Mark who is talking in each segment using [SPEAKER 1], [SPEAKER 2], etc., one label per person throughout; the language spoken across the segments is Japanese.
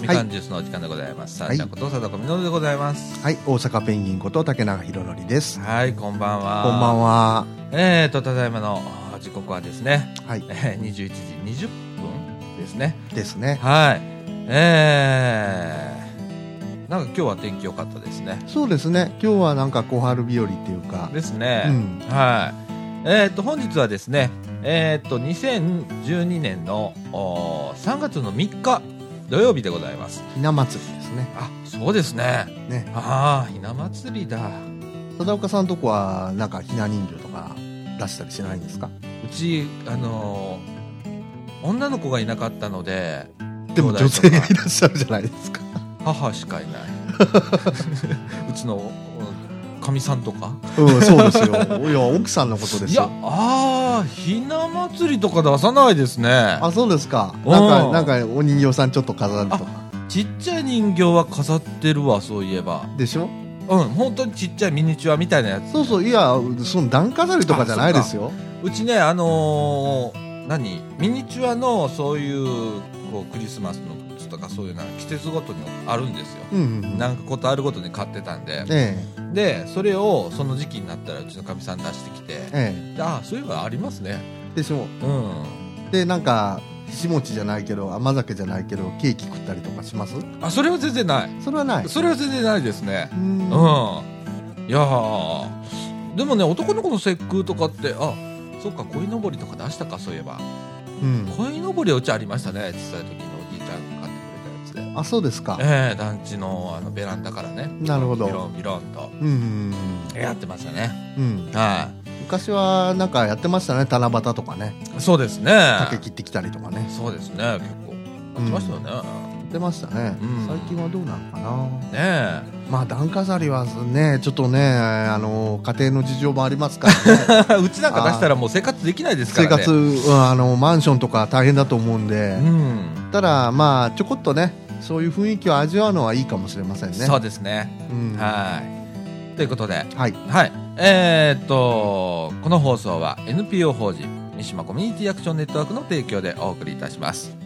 [SPEAKER 1] 時間でございます。さ
[SPEAKER 2] は
[SPEAKER 1] あ
[SPEAKER 2] い
[SPEAKER 1] ちゃんことさだこみのるでございます。
[SPEAKER 2] はい、大阪ペンギンこと竹永宏典です。
[SPEAKER 1] はい、こんばんは。
[SPEAKER 2] こんばん
[SPEAKER 1] は。
[SPEAKER 2] は。
[SPEAKER 1] えーと、ただいまのあー時刻はですね、
[SPEAKER 2] はい、
[SPEAKER 1] えー21時20分ですね。
[SPEAKER 2] ですね。
[SPEAKER 1] はい。えー、なんか今日は天気良かったですね。
[SPEAKER 2] そうですね。今日はなんか小春日和っていうか。
[SPEAKER 1] ですね。
[SPEAKER 2] うん
[SPEAKER 1] はい。えーと、本日はですね、えーと、2012年のおー3月の3日土曜日でございます。
[SPEAKER 2] ひな祭りですね。
[SPEAKER 1] あ、そうですね。
[SPEAKER 2] ね。
[SPEAKER 1] ああ、ひな祭りだ。
[SPEAKER 2] 貞岡さんとこは、なんかひな人形とか出したりしないんですか
[SPEAKER 1] うち、あのー女の子がいなかったので、
[SPEAKER 2] でも
[SPEAKER 1] 兄弟
[SPEAKER 2] 女
[SPEAKER 1] とか
[SPEAKER 2] 性がいらっしゃるじゃないですか。
[SPEAKER 1] 母しかいな い。うちのおかみさんとか。
[SPEAKER 2] うん、そうですよ。いや、奥さんのことで
[SPEAKER 1] い
[SPEAKER 2] す
[SPEAKER 1] や
[SPEAKER 2] よ。、
[SPEAKER 1] ああ、ひな祭りとか出さないですね。
[SPEAKER 2] あ、そうですか。なん
[SPEAKER 1] う
[SPEAKER 2] か、
[SPEAKER 1] ん
[SPEAKER 2] なんかお人形さんちょっと飾るとか。
[SPEAKER 1] ちっちゃい人形は飾ってるわ、そういえば。
[SPEAKER 2] でしょ
[SPEAKER 1] うん、本当にちっちゃいミニチュアみたいなやつ。
[SPEAKER 2] そうそう、いや、その段飾りとかじゃないですよ。
[SPEAKER 1] うちね、あのー何ミニチュアのそういう、こう、クリスマスのグッズとかそういうのは季節ごとにあるんですよ。
[SPEAKER 2] うんうんうん。
[SPEAKER 1] なんかことあるごとに買ってたんで。
[SPEAKER 2] え
[SPEAKER 1] で、それをその時期になったらうちのかみさん出してきて
[SPEAKER 2] え、、え
[SPEAKER 1] でああ、そういえばありますね。
[SPEAKER 2] え。でしょ
[SPEAKER 1] うん。
[SPEAKER 2] でなんかひしもちじゃないけど甘酒じゃないけどケーキ食ったりとかします
[SPEAKER 1] あ、それは全然ない。
[SPEAKER 2] それはない
[SPEAKER 1] それは全然ないですね
[SPEAKER 2] う。ん
[SPEAKER 1] うん。いやーでもね、男の子の節句とかって、あ、そっか、鯉のぼりとか出したか、そういえば。
[SPEAKER 2] うん
[SPEAKER 1] 鯉のぼりはうちありましたね、小さい時のおじいちゃんが買ってくれたやつで。
[SPEAKER 2] あそうですか
[SPEAKER 1] ええ団地のあのベランダからね。
[SPEAKER 2] なるほ
[SPEAKER 1] ビロ
[SPEAKER 2] ど
[SPEAKER 1] ンビロンと。
[SPEAKER 2] うん
[SPEAKER 1] やってましたね。
[SPEAKER 2] うん
[SPEAKER 1] は
[SPEAKER 2] 昔はなんかやってましたね七夕とかね
[SPEAKER 1] い。そうですね。
[SPEAKER 2] 竹切ってきたりとかね
[SPEAKER 1] そうですね、結構。やってましたよね。
[SPEAKER 2] やってましたね
[SPEAKER 1] うん
[SPEAKER 2] 最近はどうなのかな
[SPEAKER 1] ね
[SPEAKER 2] まあ段飾りはねちょっとねあの家庭の事情もありま すからね
[SPEAKER 1] え。うちなんか出したらもう生活できないですか
[SPEAKER 2] 生
[SPEAKER 1] らね。
[SPEAKER 2] 活。うんあのマンションとか大変だと思うんで
[SPEAKER 1] うん。
[SPEAKER 2] ただまあちょこっとねそういう雰囲気を味わうのはいいかもしれませんね
[SPEAKER 1] そうですね。
[SPEAKER 2] うん
[SPEAKER 1] はい。ということで、
[SPEAKER 2] はい、
[SPEAKER 1] はい。えー、っと、この放送は NPO 法人三島コミュニティアクションネットワークの提供でお送りいたします。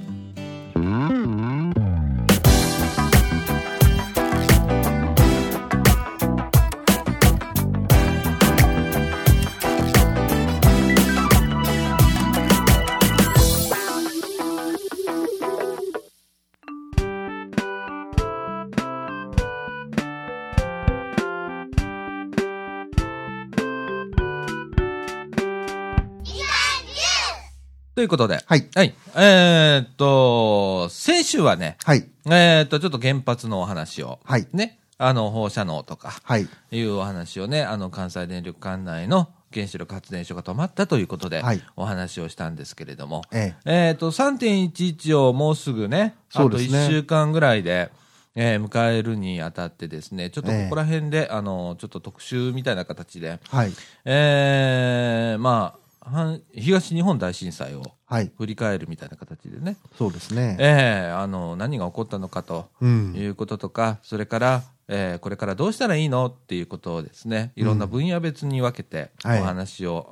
[SPEAKER 1] ということで、
[SPEAKER 2] はい、
[SPEAKER 1] はい。えー、っと、先週はね、
[SPEAKER 2] はい、
[SPEAKER 1] えー、っと、ちょっと原発のお話を、
[SPEAKER 2] はい、
[SPEAKER 1] ね、あの、放射能とか、
[SPEAKER 2] はい、
[SPEAKER 1] いうお話をね、あの、関西電力管内の原子力発電所が止まったということで、
[SPEAKER 2] はい
[SPEAKER 1] お話をしたんですけれども、
[SPEAKER 2] え
[SPEAKER 1] えっ、と、3.11をもうすぐね、あ
[SPEAKER 2] そ
[SPEAKER 1] と
[SPEAKER 2] うですね
[SPEAKER 1] 1週間ぐらいで、えー迎えるにあたってですね、ちょっとこ
[SPEAKER 2] ええ
[SPEAKER 1] こら辺で、あの、ちょっと特集みたいな形で、
[SPEAKER 2] え、はい、
[SPEAKER 1] えーまあ、反東日本大震災を
[SPEAKER 2] はい、
[SPEAKER 1] 振り返るみたいな形でね、
[SPEAKER 2] そうですね。
[SPEAKER 1] えーあの、何が起こったのかと
[SPEAKER 2] うん、
[SPEAKER 1] いうこととか、それから、えーこれからどうしたらいいのっていうことをですね、いろんな分野別に分けて、お
[SPEAKER 2] はい
[SPEAKER 1] 話を、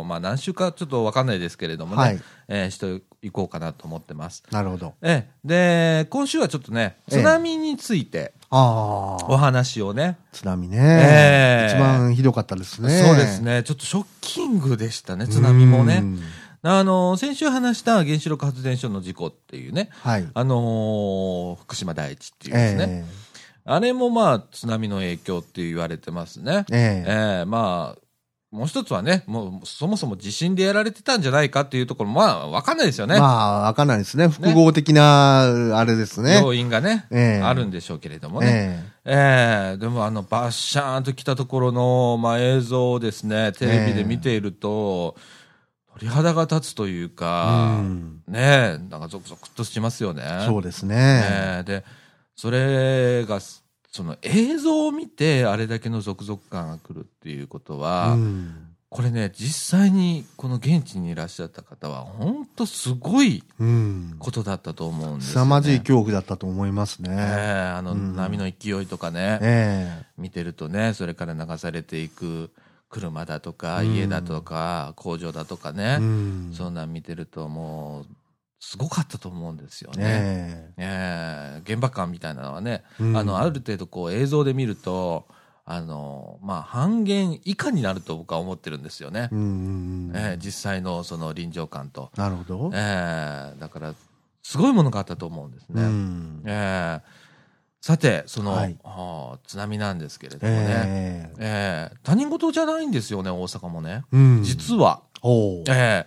[SPEAKER 1] おーまあ何週かちょっとわかんないですけれどもね、
[SPEAKER 2] はい
[SPEAKER 1] えーしていこうかなと思ってます。
[SPEAKER 2] なるほど。
[SPEAKER 1] ええで、今週はちょっとね、
[SPEAKER 2] ええ
[SPEAKER 1] 津波について
[SPEAKER 2] あ
[SPEAKER 1] お
[SPEAKER 2] あ、
[SPEAKER 1] 話をね、
[SPEAKER 2] 津波ね、
[SPEAKER 1] ええ
[SPEAKER 2] 一番ひどかったですね。
[SPEAKER 1] そうですね、ちょっとショッキングでしたね、津波もね
[SPEAKER 2] う。ん
[SPEAKER 1] あの、先週話した原子力発電所の事故っていうね、
[SPEAKER 2] はい、
[SPEAKER 1] あのー福島第一っていうですね、
[SPEAKER 2] え
[SPEAKER 1] あれもまあ津波の影響って言われてますね。
[SPEAKER 2] え、ええ、
[SPEAKER 1] ええまあもう一つはね、もうそもそも地震でやられてたんじゃないかっていうところも、まあ、わかんないですよね。
[SPEAKER 2] まあ、わかんないですね。複合的な、あれですね。
[SPEAKER 1] 要因がね、
[SPEAKER 2] ええ
[SPEAKER 1] あるんでしょうけれどもね。
[SPEAKER 2] ええ、
[SPEAKER 1] ええでもあの、バッシャーンと来たところの、まあ、映像をですね、テレビで見ていると、鳥肌が立つというか、
[SPEAKER 2] うん
[SPEAKER 1] ねえ、なんかゾクゾクっとしますよね。
[SPEAKER 2] そうですね。
[SPEAKER 1] えーでそれがすその映像を見てあれだけの続々感が来るっていうことは、
[SPEAKER 2] うん
[SPEAKER 1] これね実際にこの現地にいらっしゃった方は本当すごい
[SPEAKER 2] うん、
[SPEAKER 1] ことだったと思うんですよ、ね、
[SPEAKER 2] 凄まじい恐怖だったと思います
[SPEAKER 1] え
[SPEAKER 2] ね。
[SPEAKER 1] ーあの
[SPEAKER 2] うん
[SPEAKER 1] 波の勢いとかね、
[SPEAKER 2] え
[SPEAKER 1] 見てるとねそれから流されていく車だとか
[SPEAKER 2] うん
[SPEAKER 1] 家だとか工場だとかね
[SPEAKER 2] え、、うん
[SPEAKER 1] そんなん見てるともうすごかったと思うんですよね。
[SPEAKER 2] ね
[SPEAKER 1] ねえ現場感みたいなのはね、
[SPEAKER 2] うん
[SPEAKER 1] あの、ある程度こう映像で見ると、あの、まあ、半減以下になると僕は思ってるんですよね
[SPEAKER 2] え。うんうんうん
[SPEAKER 1] ええ実際のその臨場感と。
[SPEAKER 2] なるほど、
[SPEAKER 1] ええだから、すごいものがあったと思うんですね。
[SPEAKER 2] うん
[SPEAKER 1] ええさて、その、
[SPEAKER 2] はい
[SPEAKER 1] ああ津波なんですけれどもね。
[SPEAKER 2] ええ
[SPEAKER 1] ええ他人事じゃないんですよね、大阪もね。
[SPEAKER 2] うん
[SPEAKER 1] 実は。
[SPEAKER 2] おう
[SPEAKER 1] ええ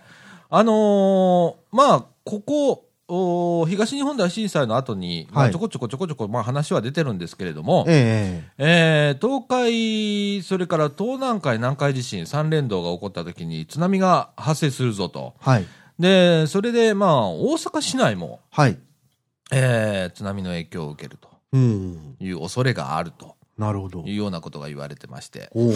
[SPEAKER 1] あのーまあ、ここ、おー東日本大震災の後に、まあ
[SPEAKER 2] はい
[SPEAKER 1] ちょこちょこちょこちょこ、まあ、話は出てるんですけれども、え
[SPEAKER 2] え
[SPEAKER 1] え東海、それから東南海、南海地震、三連動が起こった時に津波が発生するぞと。
[SPEAKER 2] えはい
[SPEAKER 1] で、それで、まあ、大阪市内も、
[SPEAKER 2] はい
[SPEAKER 1] ええ津波の影響を受けると
[SPEAKER 2] うん
[SPEAKER 1] いう恐れがあると
[SPEAKER 2] なるほど
[SPEAKER 1] いうようなことが言われてまして。
[SPEAKER 2] おお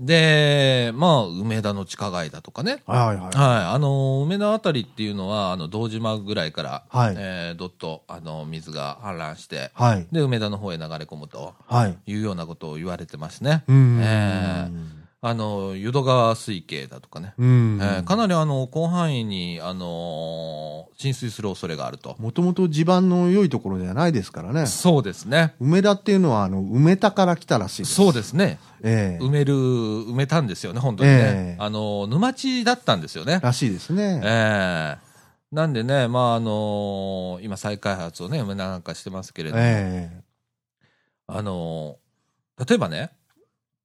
[SPEAKER 1] で、まあ、梅田の地下街だとかね、
[SPEAKER 2] はいはいは
[SPEAKER 1] はい、あの梅田あたりっていうのは、あの堂島ぐらいから、
[SPEAKER 2] はい
[SPEAKER 1] えーどっとあの水が氾濫して、
[SPEAKER 2] いはい
[SPEAKER 1] で梅田の方へ流れ込むと
[SPEAKER 2] はい
[SPEAKER 1] いうようなことを言われてますね。
[SPEAKER 2] うん
[SPEAKER 1] えーあの淀川水系だとかね、
[SPEAKER 2] うん
[SPEAKER 1] えーかなりあの広範囲に、あのー浸水する恐れがあると。
[SPEAKER 2] もともと地盤の良いところではないですからね
[SPEAKER 1] そうですね。
[SPEAKER 2] 梅田っていうのはあの梅田から来たらしいです
[SPEAKER 1] そうですね。
[SPEAKER 2] ええ
[SPEAKER 1] 埋める、埋めたんですよね、本当にね。
[SPEAKER 2] ええ
[SPEAKER 1] あの、沼地だったんですよね。
[SPEAKER 2] らしいですね
[SPEAKER 1] ええなんでね、まああの今、再開発をね、梅田なんかしてますけれども、
[SPEAKER 2] ええ
[SPEAKER 1] あの例えばね、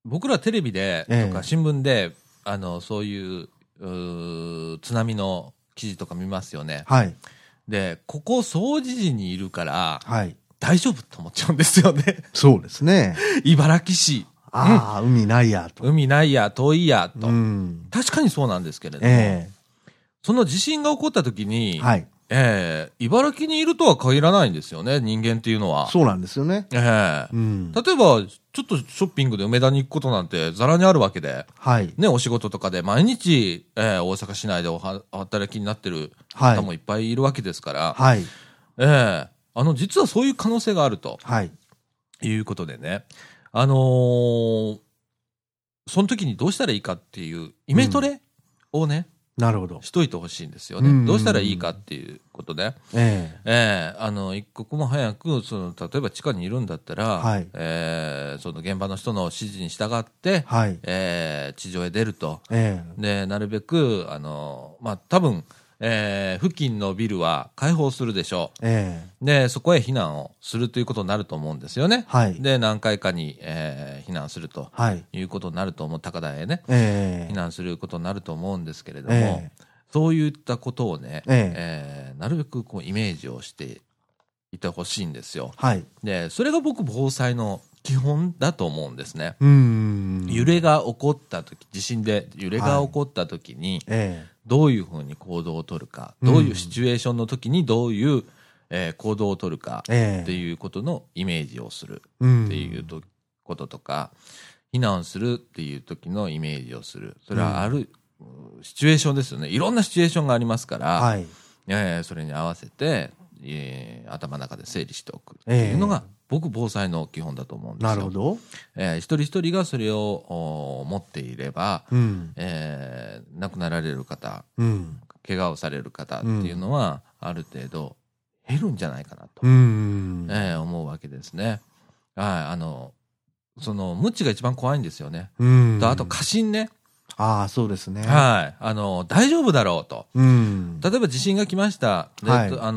[SPEAKER 1] 僕らテレビで
[SPEAKER 2] ええ
[SPEAKER 1] とか新聞で、あのそういううー津波の記事とか見ますよね。
[SPEAKER 2] はい
[SPEAKER 1] で、ここ、総除時にいるから、
[SPEAKER 2] はい
[SPEAKER 1] 大丈夫と思っちゃうんですよね、
[SPEAKER 2] そうですね
[SPEAKER 1] 茨城市、
[SPEAKER 2] ああ、海ないやと
[SPEAKER 1] 海ないや、遠いやと、
[SPEAKER 2] うん
[SPEAKER 1] 確かにそうなんですけれども、
[SPEAKER 2] え
[SPEAKER 1] その地震が起こった時に、
[SPEAKER 2] えはい
[SPEAKER 1] ええ茨城にいるとは限らないんですよね、人間っていうのは。
[SPEAKER 2] そうなんですよね
[SPEAKER 1] ええ
[SPEAKER 2] うん
[SPEAKER 1] 例えば、ちょっとショッピングで梅田に行くことなんてざらにあるわけで、
[SPEAKER 2] はい
[SPEAKER 1] ね、お仕事とかで毎日、ええ大阪市内でおは働きになってる
[SPEAKER 2] はい
[SPEAKER 1] 方もいっぱいいるわけですから、
[SPEAKER 2] はい
[SPEAKER 1] ええあの、実はそういう可能性があると
[SPEAKER 2] はい
[SPEAKER 1] いうことでね、あのーその時にどうしたらいいかっていうイメトレをね、
[SPEAKER 2] なるほど
[SPEAKER 1] しといてほしいんですよね。
[SPEAKER 2] うん
[SPEAKER 1] どうしたらいいかっていうことで、
[SPEAKER 2] ええ
[SPEAKER 1] ええあの一刻も早くその、例えば地下にいるんだったら、
[SPEAKER 2] はい
[SPEAKER 1] ええその現場の人の指示に従って、
[SPEAKER 2] はい
[SPEAKER 1] ええ地上へ出ると、
[SPEAKER 2] え
[SPEAKER 1] でなるべく、あのまあ多分ええ付近のビルは開放するでしょ
[SPEAKER 2] えええ
[SPEAKER 1] う、でそこへ避難をするということになると思うんですよね、
[SPEAKER 2] はい
[SPEAKER 1] で何回かに、ええ避難すると
[SPEAKER 2] はい
[SPEAKER 1] いうことになると思う、高台へね、
[SPEAKER 2] え
[SPEAKER 1] 避難することになると思うんですけれども。
[SPEAKER 2] ええ
[SPEAKER 1] そういったことをね、
[SPEAKER 2] ええ
[SPEAKER 1] えーなるべくこうイメージをしていてほしいんですよ。
[SPEAKER 2] はい
[SPEAKER 1] で、それが僕、防災の基本だと思うんですね。
[SPEAKER 2] うん
[SPEAKER 1] 揺れが起こったとき、地震で揺れが起こったときに、
[SPEAKER 2] え
[SPEAKER 1] どういうふうに行動をとるか、
[SPEAKER 2] うん
[SPEAKER 1] どういうシチュエーションのときにどういう、えー行動をとるか
[SPEAKER 2] えええ
[SPEAKER 1] っていうことのイメージをする
[SPEAKER 2] うん
[SPEAKER 1] っていうとこととか、避難するっていう時のイメージをする。それはある、うんシチュエーションですよね。いろんなシチュエーションがありますから、
[SPEAKER 2] はい
[SPEAKER 1] えーそれに合わせて、えー頭の中で整理しておくっていうのが、僕、防災の基本だと思うんですよ。
[SPEAKER 2] なるほど
[SPEAKER 1] えー一人一人がそれをおー持っていれば、
[SPEAKER 2] うん
[SPEAKER 1] えー亡くなられる方、
[SPEAKER 2] うん
[SPEAKER 1] 怪我をされる方っていうのは、ある程度減るんじゃないかなと、
[SPEAKER 2] うん
[SPEAKER 1] えー思うわけですね。はい、あの、その、無知が一番怖いんですよね。
[SPEAKER 2] うん
[SPEAKER 1] とあと、過信ね。
[SPEAKER 2] ああそうですね
[SPEAKER 1] はい。あの、大丈夫だろうと。
[SPEAKER 2] うん
[SPEAKER 1] 例えば地震が来ました。で
[SPEAKER 2] はい
[SPEAKER 1] とあ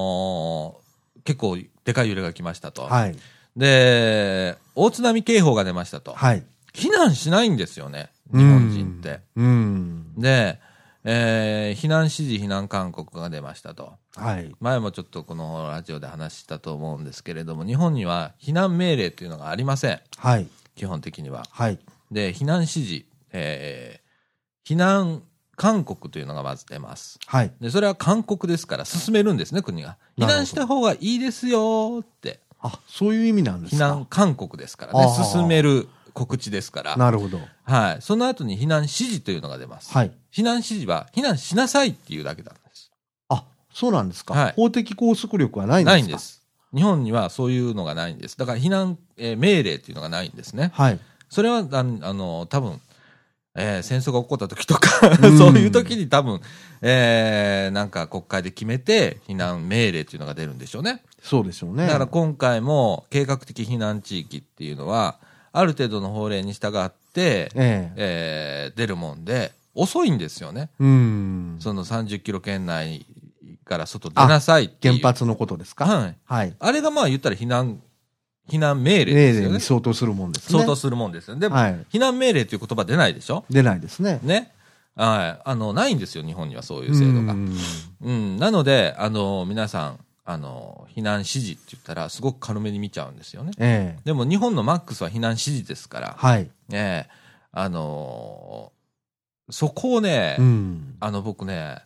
[SPEAKER 1] のー結構でかい揺れが来ましたと。
[SPEAKER 2] はい
[SPEAKER 1] で、大津波警報が出ましたと。
[SPEAKER 2] はい
[SPEAKER 1] 避難しないんですよね、日本人って。
[SPEAKER 2] うん
[SPEAKER 1] で、えー避難指示、避難勧告が出ましたと。
[SPEAKER 2] はい
[SPEAKER 1] 前もちょっとこのラジオで話したと思うんですけれども、日本には避難命令というのがありません。
[SPEAKER 2] はい
[SPEAKER 1] 基本的には。
[SPEAKER 2] はい
[SPEAKER 1] で、避難指示、えー避難勧告というのがまず出ます。
[SPEAKER 2] はい
[SPEAKER 1] で、それは勧告ですから、進めるんですね、国が。避
[SPEAKER 2] なるほど
[SPEAKER 1] 難した方がいいですよって。
[SPEAKER 2] あそういう意味なんです
[SPEAKER 1] 避
[SPEAKER 2] か
[SPEAKER 1] 難勧告ですからね
[SPEAKER 2] あ。ー
[SPEAKER 1] 進める告知ですから。
[SPEAKER 2] なるほど
[SPEAKER 1] はい。その後に避難指示というのが出ます。
[SPEAKER 2] はい
[SPEAKER 1] 避難指示は、避難しなさいっていうだけなんです。
[SPEAKER 2] あそうなんですか、
[SPEAKER 1] はい
[SPEAKER 2] 法的拘束力はないんですか
[SPEAKER 1] ないんです。日本にはそういうのがないんです。だから避難、えー命令っていうのがないんですね。
[SPEAKER 2] はい
[SPEAKER 1] それは、ああの、多分、えー戦争が起こった時とか、そういう時に多分、えーなんか国会で決めて避難命令っていうのが出るんでしょうね。
[SPEAKER 2] そうでしょうね。
[SPEAKER 1] だから今回も計画的避難地域っていうのは、ある程度の法令に従って、
[SPEAKER 2] ええ
[SPEAKER 1] えー出るもんで、遅いんですよね。
[SPEAKER 2] うん。
[SPEAKER 1] その30キロ圏内から外出なさいってい
[SPEAKER 2] 原
[SPEAKER 1] う。
[SPEAKER 2] 発のことですか。
[SPEAKER 1] はい。
[SPEAKER 2] はい。
[SPEAKER 1] あれがまあ言ったら避難、避難命令
[SPEAKER 2] 命
[SPEAKER 1] です
[SPEAKER 2] 令
[SPEAKER 1] よね
[SPEAKER 2] に。相当するもんですね。
[SPEAKER 1] 相当するもんですよね。でも、
[SPEAKER 2] はい
[SPEAKER 1] 避難命令という言葉出ないでしょ
[SPEAKER 2] 出ないですね。
[SPEAKER 1] ね。はい。あの、ないんですよ、日本にはそういう制度が。
[SPEAKER 2] うん
[SPEAKER 1] うん。なので、あの、皆さん、あの、避難指示って言ったら、すごく軽めに見ちゃうんですよね。
[SPEAKER 2] ええ
[SPEAKER 1] でも、日本のマックスは避難指示ですから、
[SPEAKER 2] はい。
[SPEAKER 1] ねえ、あのーそこをね、
[SPEAKER 2] うん。
[SPEAKER 1] あの、僕ね、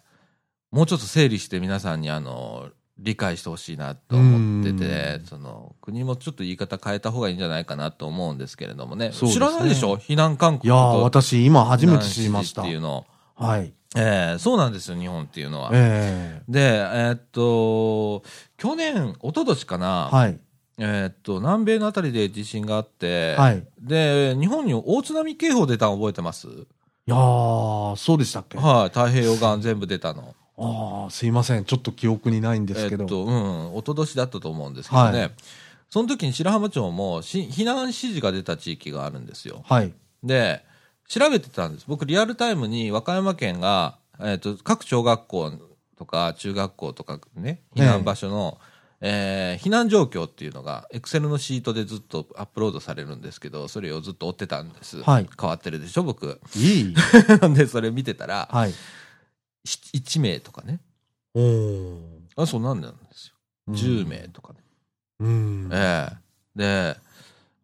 [SPEAKER 1] もうちょっと整理して皆さんに、あの、理解してほしいなと思ってて
[SPEAKER 2] う、ん
[SPEAKER 1] その、国もちょっと言い方変えた方がいいんじゃないかなと思うんですけれどもね。
[SPEAKER 2] そうです
[SPEAKER 1] 知
[SPEAKER 2] ね
[SPEAKER 1] らないでしょ避難勧告
[SPEAKER 2] いやー、
[SPEAKER 1] と
[SPEAKER 2] 私、今初めて知りました。
[SPEAKER 1] 避難指示ってい
[SPEAKER 2] は
[SPEAKER 1] うのを。
[SPEAKER 2] い。
[SPEAKER 1] ええそうなんですよ、日本っていうのは。
[SPEAKER 2] え
[SPEAKER 1] で、えーっと、去年、一昨年かな、
[SPEAKER 2] えはい。
[SPEAKER 1] えーっと、南米のあたりで地震があって、
[SPEAKER 2] はい。い
[SPEAKER 1] で、日本に大津波警報出たの覚えてます
[SPEAKER 2] やー、そうでしたっけあ
[SPEAKER 1] はい、太平洋岸全部出たの。
[SPEAKER 2] あー、すいません。ちょっと記憶にないんですけ
[SPEAKER 1] え
[SPEAKER 2] ど
[SPEAKER 1] っ。と、うん、一昨年だったと思うんですけどね。
[SPEAKER 2] は
[SPEAKER 1] その時に白浜町もし避難指示が出た地域があるんですよ。
[SPEAKER 2] はい。
[SPEAKER 1] で、調べてたんです。僕、リアルタイムに和歌山県が、えっ、と、各小学校とか中学校とかね、避難場所の、えー避難状況っていうのが、エクセルのシートでずっとアップロードされるんですけど、それをずっと追ってたんです。
[SPEAKER 2] はい
[SPEAKER 1] 変わってるでしょ、僕。
[SPEAKER 2] いい。
[SPEAKER 1] で、それ見てたら、
[SPEAKER 2] はい。
[SPEAKER 1] 1名とかね。
[SPEAKER 2] おー。
[SPEAKER 1] あ、そうなんなんですよ。10名とかね。
[SPEAKER 2] うん。うん。
[SPEAKER 1] ええで、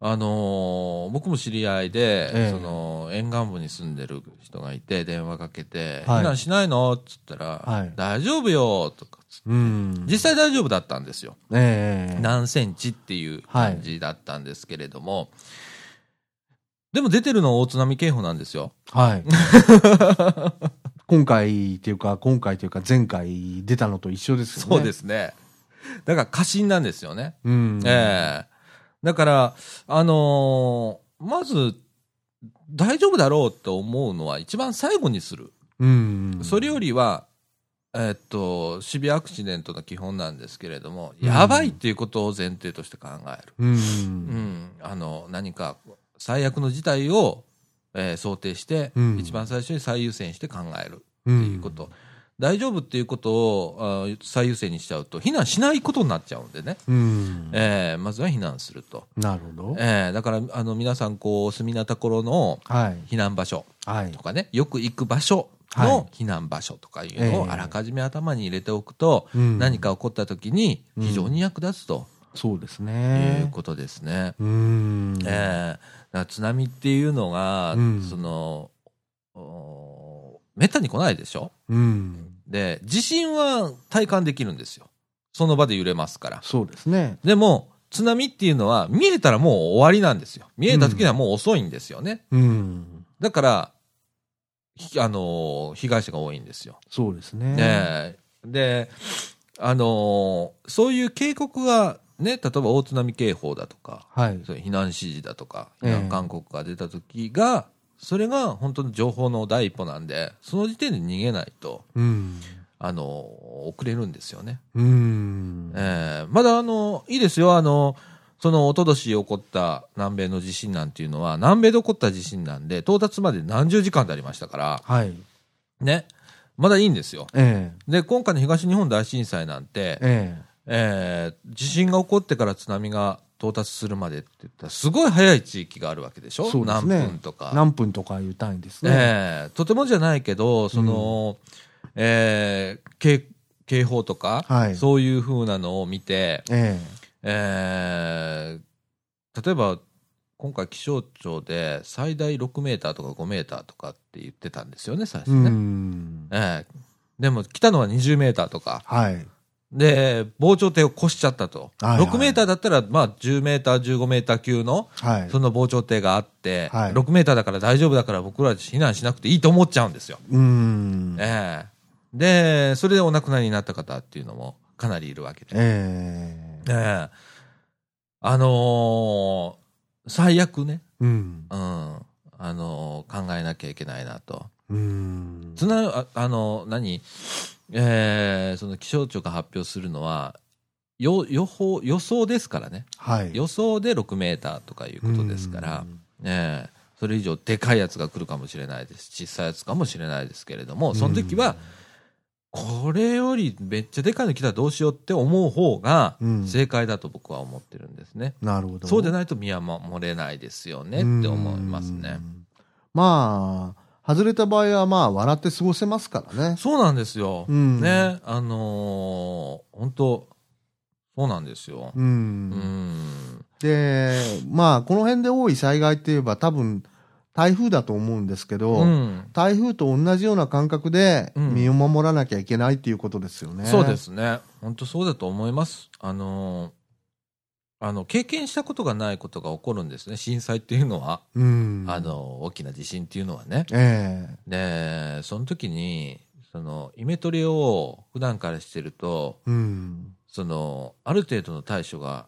[SPEAKER 1] あのー僕も知り合いで、
[SPEAKER 2] ええ
[SPEAKER 1] その沿岸部に住んでる人がいて電話かけて「
[SPEAKER 2] はい
[SPEAKER 1] 避難しないの?」っつったら「
[SPEAKER 2] はい
[SPEAKER 1] 大丈夫よ」とかつって
[SPEAKER 2] うん。
[SPEAKER 1] 実際大丈夫だったんですよ、
[SPEAKER 2] ええ
[SPEAKER 1] 何センチっていう感じだったんですけれども、でも出てるのは大津波警報なんですよ。
[SPEAKER 2] はい。 今回っていうか、今回というか、前回出たのと一緒ですよね。。
[SPEAKER 1] そうですすね。だから過信なんですよね。
[SPEAKER 2] うん。
[SPEAKER 1] ええだから、あのーまず、大丈夫だろうと思うのは一番最後にする。
[SPEAKER 2] うん。
[SPEAKER 1] それよりは、えっと、シビアアクシデントの基本なんですけれども、やばいっていうことを前提として考える。
[SPEAKER 2] う。
[SPEAKER 1] うんん。あの、何か最悪の事態を、えー想定して、
[SPEAKER 2] うん
[SPEAKER 1] 一番最初に最優先して考える
[SPEAKER 2] う
[SPEAKER 1] っていうこと。大丈夫っていうことをあー最優先にしちゃうと、避難しないことになっちゃうんでね。
[SPEAKER 2] うん。
[SPEAKER 1] えーまずは避難すると。
[SPEAKER 2] なるほど。
[SPEAKER 1] ええだからあの皆さんこう住みなところの
[SPEAKER 2] はい。
[SPEAKER 1] 避難場所
[SPEAKER 2] はい
[SPEAKER 1] と。かねよく行く場所
[SPEAKER 2] はい
[SPEAKER 1] の避難場所とかいうの
[SPEAKER 2] ええ
[SPEAKER 1] をあらかじめ頭に入れておくと、
[SPEAKER 2] うん
[SPEAKER 1] 何か起こった時に非常に役立つと
[SPEAKER 2] そうです
[SPEAKER 1] いう
[SPEAKER 2] ね。
[SPEAKER 1] ことですね。
[SPEAKER 2] うん。
[SPEAKER 1] ええだから津波っていうのが、
[SPEAKER 2] うん
[SPEAKER 1] そのおめったに来ないでしょ
[SPEAKER 2] うん。
[SPEAKER 1] で地震は体感できるんですよその場で揺れますから。
[SPEAKER 2] そうですね。
[SPEAKER 1] でも津波っていうのは見えたらもう終わりなんですよ見えた時にはもう遅いんですよね。
[SPEAKER 2] うん。
[SPEAKER 1] だから、ひあのー被害者が多いんですよ。
[SPEAKER 2] そうですね。
[SPEAKER 1] ねえで、あのーそういう警告が、ね、例えば大津波警報だとか、
[SPEAKER 2] はい。
[SPEAKER 1] そういう避難指示だとか、
[SPEAKER 2] え
[SPEAKER 1] 避
[SPEAKER 2] え
[SPEAKER 1] 難勧告が出た時が、それが本当の情報の第一歩なんで、その時点で逃げないと、
[SPEAKER 2] うん。
[SPEAKER 1] あのー遅れるんですよね。
[SPEAKER 2] うん。
[SPEAKER 1] ええまだあのいいですよ、あのそのおととし起こった南米の地震なんていうのは、南米で起こった地震なんで、到達まで何十時間でありましたから、
[SPEAKER 2] はい。
[SPEAKER 1] ね、まだいいんですよ。
[SPEAKER 2] え
[SPEAKER 1] で、今回の東日本大震災なんて
[SPEAKER 2] え。、ええ。
[SPEAKER 1] えー地震が起こってから津波が到達するまでって言ったら、すごい早い地域があるわけでしょ、
[SPEAKER 2] そうです
[SPEAKER 1] 何
[SPEAKER 2] ね
[SPEAKER 1] 分とか。
[SPEAKER 2] 何分とかいう単位ですね。
[SPEAKER 1] えーとてもじゃないけど、その、えー警警報とか、
[SPEAKER 2] はい
[SPEAKER 1] そういうふうなのを見て、
[SPEAKER 2] え
[SPEAKER 1] えー例えば、今回気象庁で最大6メーターとか5メーターとかって言ってたんですよね、最
[SPEAKER 2] え。
[SPEAKER 1] 初
[SPEAKER 2] う
[SPEAKER 1] ね。
[SPEAKER 2] ん。
[SPEAKER 1] ええでも来たのは20メーターとか。
[SPEAKER 2] はい。
[SPEAKER 1] で、膨張堤を越しちゃったと。
[SPEAKER 2] はいはい
[SPEAKER 1] 6メーターだったら、まあ10メーター、15メーター級の、
[SPEAKER 2] はい。
[SPEAKER 1] その膨張堤があって、
[SPEAKER 2] はい
[SPEAKER 1] 6メーターだから大丈夫だから僕らは避難しなくていいと思っちゃうんですよ。
[SPEAKER 2] うん。
[SPEAKER 1] え
[SPEAKER 2] え
[SPEAKER 1] えで、それでお亡くなりになった方っていうのもかなりいるわけで。え
[SPEAKER 2] え。
[SPEAKER 1] えあのー最悪ね、
[SPEAKER 2] うん。
[SPEAKER 1] うん。ああの考えなきゃいけないなと。
[SPEAKER 2] うん。
[SPEAKER 1] つなああの何、えーその気象庁が発表するのはよ予報予想ですからね
[SPEAKER 2] はい。
[SPEAKER 1] 予想で6メーターとかいうことですから、ねえ、それ以上でかいやつが来るかもしれないです小さいやつかもしれないですけれどもその時は、これよりめっちゃでかいの来たらどうしようって思う方が
[SPEAKER 2] うん
[SPEAKER 1] 正解だと僕は思ってるんですね。
[SPEAKER 2] うん、なるほど。
[SPEAKER 1] そうじゃ
[SPEAKER 2] い
[SPEAKER 1] ないと見守れないですよねって思いますね。。
[SPEAKER 2] まあ、外れた場合は、まあ、笑って過ごせますからね。
[SPEAKER 1] そうなんですよ。
[SPEAKER 2] うん
[SPEAKER 1] ね、あのー本当そうなんですよ。
[SPEAKER 2] う。
[SPEAKER 1] うんん。
[SPEAKER 2] で、まあ、この辺で多い災害って言えば、多分、台風だと思うんですけど、
[SPEAKER 1] うん。
[SPEAKER 2] 台風と同じような感覚で
[SPEAKER 1] うん
[SPEAKER 2] 身を守らなきゃいけないっていうことですよね。
[SPEAKER 1] そうで。すね。本当そうだと思います。あのーあの、経験したことがないことが起こるんですね。震災っていうのは、
[SPEAKER 2] うん。
[SPEAKER 1] あ、の、大きな地震っていうのはね。
[SPEAKER 2] ええ
[SPEAKER 1] で、その時に、その、イメトレを普段からしてると、
[SPEAKER 2] うん。
[SPEAKER 1] その、ある程度の対処が、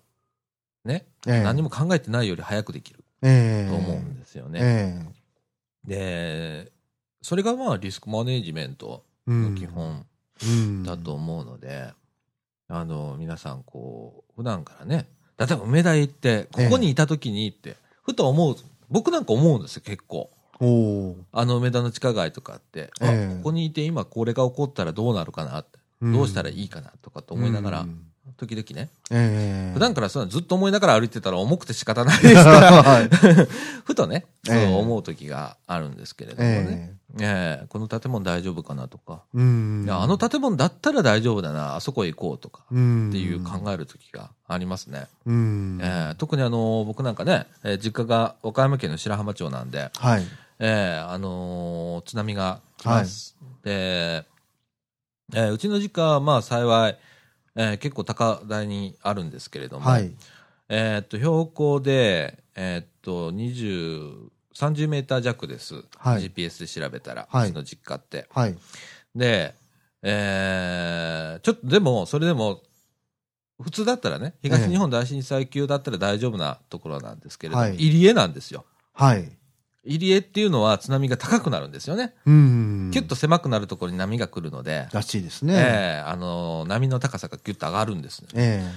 [SPEAKER 1] ね、
[SPEAKER 2] ええ
[SPEAKER 1] 何も考えてないより早くできる
[SPEAKER 2] ええ
[SPEAKER 1] と思うんですよね。
[SPEAKER 2] ええ
[SPEAKER 1] で、それがまあリスクマネジメント
[SPEAKER 2] う
[SPEAKER 1] の
[SPEAKER 2] ん
[SPEAKER 1] 基本
[SPEAKER 2] うん
[SPEAKER 1] だと。思うので、あの、皆さんこう、普段からね、例えば梅田へ行って、ここにいた時にって、ふと思う、僕なんか思うんですよ、結構。
[SPEAKER 2] おお。
[SPEAKER 1] あの梅田の地下街とかって、あ
[SPEAKER 2] ええ
[SPEAKER 1] ここにいて今これが起こったらどうなるかなって、
[SPEAKER 2] うん
[SPEAKER 1] どうしたらいいかなとかと思いなが
[SPEAKER 2] う
[SPEAKER 1] ら、
[SPEAKER 2] ん
[SPEAKER 1] 時々ね、
[SPEAKER 2] ええ
[SPEAKER 1] 普段
[SPEAKER 2] か
[SPEAKER 1] からそういうのずっと思いながら歩いてたら重くて仕方ないですから、
[SPEAKER 2] ら
[SPEAKER 1] ふとね、そう
[SPEAKER 2] ええ
[SPEAKER 1] 思う時があるんですけれどもね。
[SPEAKER 2] ええ
[SPEAKER 1] ええこの建物大丈夫かなとか、
[SPEAKER 2] うん
[SPEAKER 1] いやあの建物だったら大丈夫だな、あそこへ行こうとか、
[SPEAKER 2] うん
[SPEAKER 1] っていう考える時がありますね。
[SPEAKER 2] うん
[SPEAKER 1] ええ特にあの、僕なんかね、えー実家が和歌山県の白浜町なんで、
[SPEAKER 2] はい。
[SPEAKER 1] ええあのー津波が来ます。で、ええうちの実家はまあ幸い、ええ結構高台にあるんですけれども、
[SPEAKER 2] はい。
[SPEAKER 1] えっと、標高で、えっと、20、30メーター弱です。
[SPEAKER 2] はい
[SPEAKER 1] GPS で調べたら、
[SPEAKER 2] はいう
[SPEAKER 1] ちの実家って。
[SPEAKER 2] はい。
[SPEAKER 1] で、えーちょっとでも、それでも、普通だったらね、東日本大震災級だったら大丈夫なところなんですけれども、
[SPEAKER 2] はい
[SPEAKER 1] 入江なんですよ。
[SPEAKER 2] はい。
[SPEAKER 1] 入江っていうのは津波が高くなるんですよね。
[SPEAKER 2] うん
[SPEAKER 1] キュッと狭くなるところに波が来るので、
[SPEAKER 2] らしいです
[SPEAKER 1] え
[SPEAKER 2] ね。
[SPEAKER 1] ーあのー波の高さがギュッと上がるんですね、
[SPEAKER 2] ええ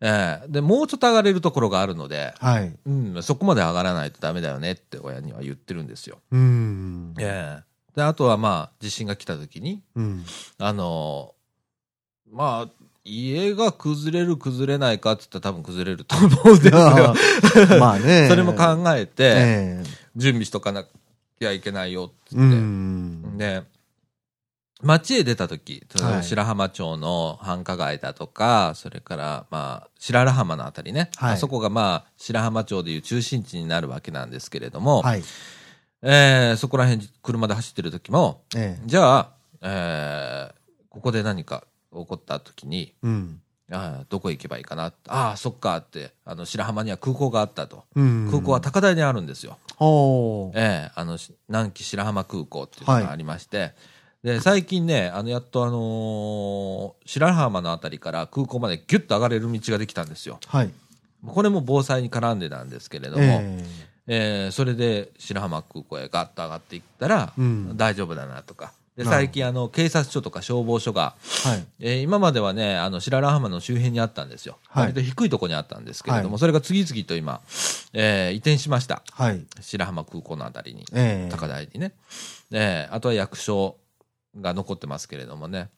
[SPEAKER 1] えーで、もうちょっと上がれるところがあるので、
[SPEAKER 2] はい。
[SPEAKER 1] うん、そこまで上がらないとダメだよねって親には言ってるんですよ。
[SPEAKER 2] うん。
[SPEAKER 1] えーで、あとはまあ、地震が来た時に、
[SPEAKER 2] うん。
[SPEAKER 1] あのーまあ、家が崩れる、崩れないかって言ったら多分崩れると思うんです よ。
[SPEAKER 2] まあね。
[SPEAKER 1] それも考えて、
[SPEAKER 2] え
[SPEAKER 1] 準備しとかなきゃいけないよって
[SPEAKER 2] えう
[SPEAKER 1] 言って。
[SPEAKER 2] ん。
[SPEAKER 1] で、町へ出た時、そ
[SPEAKER 2] は
[SPEAKER 1] の
[SPEAKER 2] い
[SPEAKER 1] 白浜町の繁華街だとか、それから、まあ、白良浜のあたりね、
[SPEAKER 2] はい
[SPEAKER 1] あそこがまあ、白浜町でいう中心地になるわけなんですけれども、
[SPEAKER 2] はい。
[SPEAKER 1] えーそこら辺、車で走ってる時も、
[SPEAKER 2] ええ
[SPEAKER 1] じゃあ、えーここで何か起こった時に、
[SPEAKER 2] うん。
[SPEAKER 1] あーどこ行けばいいかなああそっかってあの白浜には空港があったと、
[SPEAKER 2] うん。
[SPEAKER 1] 空港は高台にあるんですよ、
[SPEAKER 2] おー
[SPEAKER 1] ええあのし南紀白浜空港っていうのがありまして、で最近ねあのやっと、あのー白浜のあたりから空港までギュッと上がれる道ができたんですよ
[SPEAKER 2] はい。
[SPEAKER 1] これも防災に絡んでなんですけれども、え
[SPEAKER 2] え
[SPEAKER 1] えそれで白浜空港へガッと上がっていったら、
[SPEAKER 2] うん
[SPEAKER 1] 大丈夫だなとかで
[SPEAKER 2] なるほど
[SPEAKER 1] 最近あの警察署とか消防署が
[SPEAKER 2] えはい。
[SPEAKER 1] えー今まではね、あの白良浜の周辺にあったんですよ、
[SPEAKER 2] はい
[SPEAKER 1] 割と低いところにあったんですけれども、
[SPEAKER 2] は
[SPEAKER 1] それが次々と今、えー移転しました、
[SPEAKER 2] はい。
[SPEAKER 1] 白浜空港のあたりに、
[SPEAKER 2] ええ
[SPEAKER 1] 高台にね、えーあとは役所が残ってますけれどもね、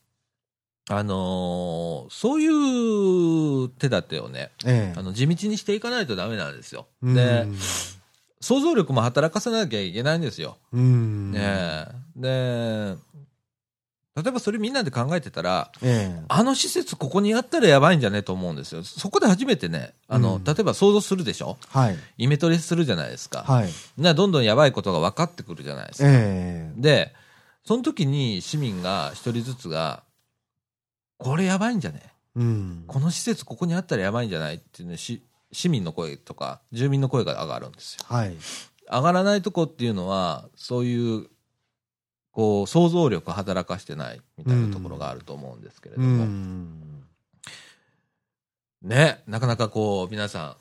[SPEAKER 1] あのーそういう手立てをね、
[SPEAKER 2] え
[SPEAKER 1] あの地道にしていかないとダメなんですよ。
[SPEAKER 2] え
[SPEAKER 1] で、想像力も働かせなきゃいけないんですよ。
[SPEAKER 2] うん。
[SPEAKER 1] ねえで、例えばそれみんなで考えてたら、
[SPEAKER 2] え
[SPEAKER 1] あの施設、ここにあったらやばいんじゃねと思うんですよ。そこで初めてね、あの、
[SPEAKER 2] うん
[SPEAKER 1] 例えば想像するでしょ
[SPEAKER 2] えはい。
[SPEAKER 1] イメトレするじゃないですか。
[SPEAKER 2] はい。
[SPEAKER 1] などんどんやばいことが分かってくるじゃないですか。
[SPEAKER 2] え
[SPEAKER 1] で、その時に市民が一人ずつが、これやばいんじゃね
[SPEAKER 2] えうん。
[SPEAKER 1] この施設ここにあったらやばいんじゃないっていうね、し市民の声とか住民の声が上がるんですよ。
[SPEAKER 2] はい。
[SPEAKER 1] 上がらないとこっていうのは、そういう、こう、想像力働かしてないみたいなところがあると思うんですけれど
[SPEAKER 2] う
[SPEAKER 1] も。
[SPEAKER 2] ん。
[SPEAKER 1] ね、なかなかこう、皆さ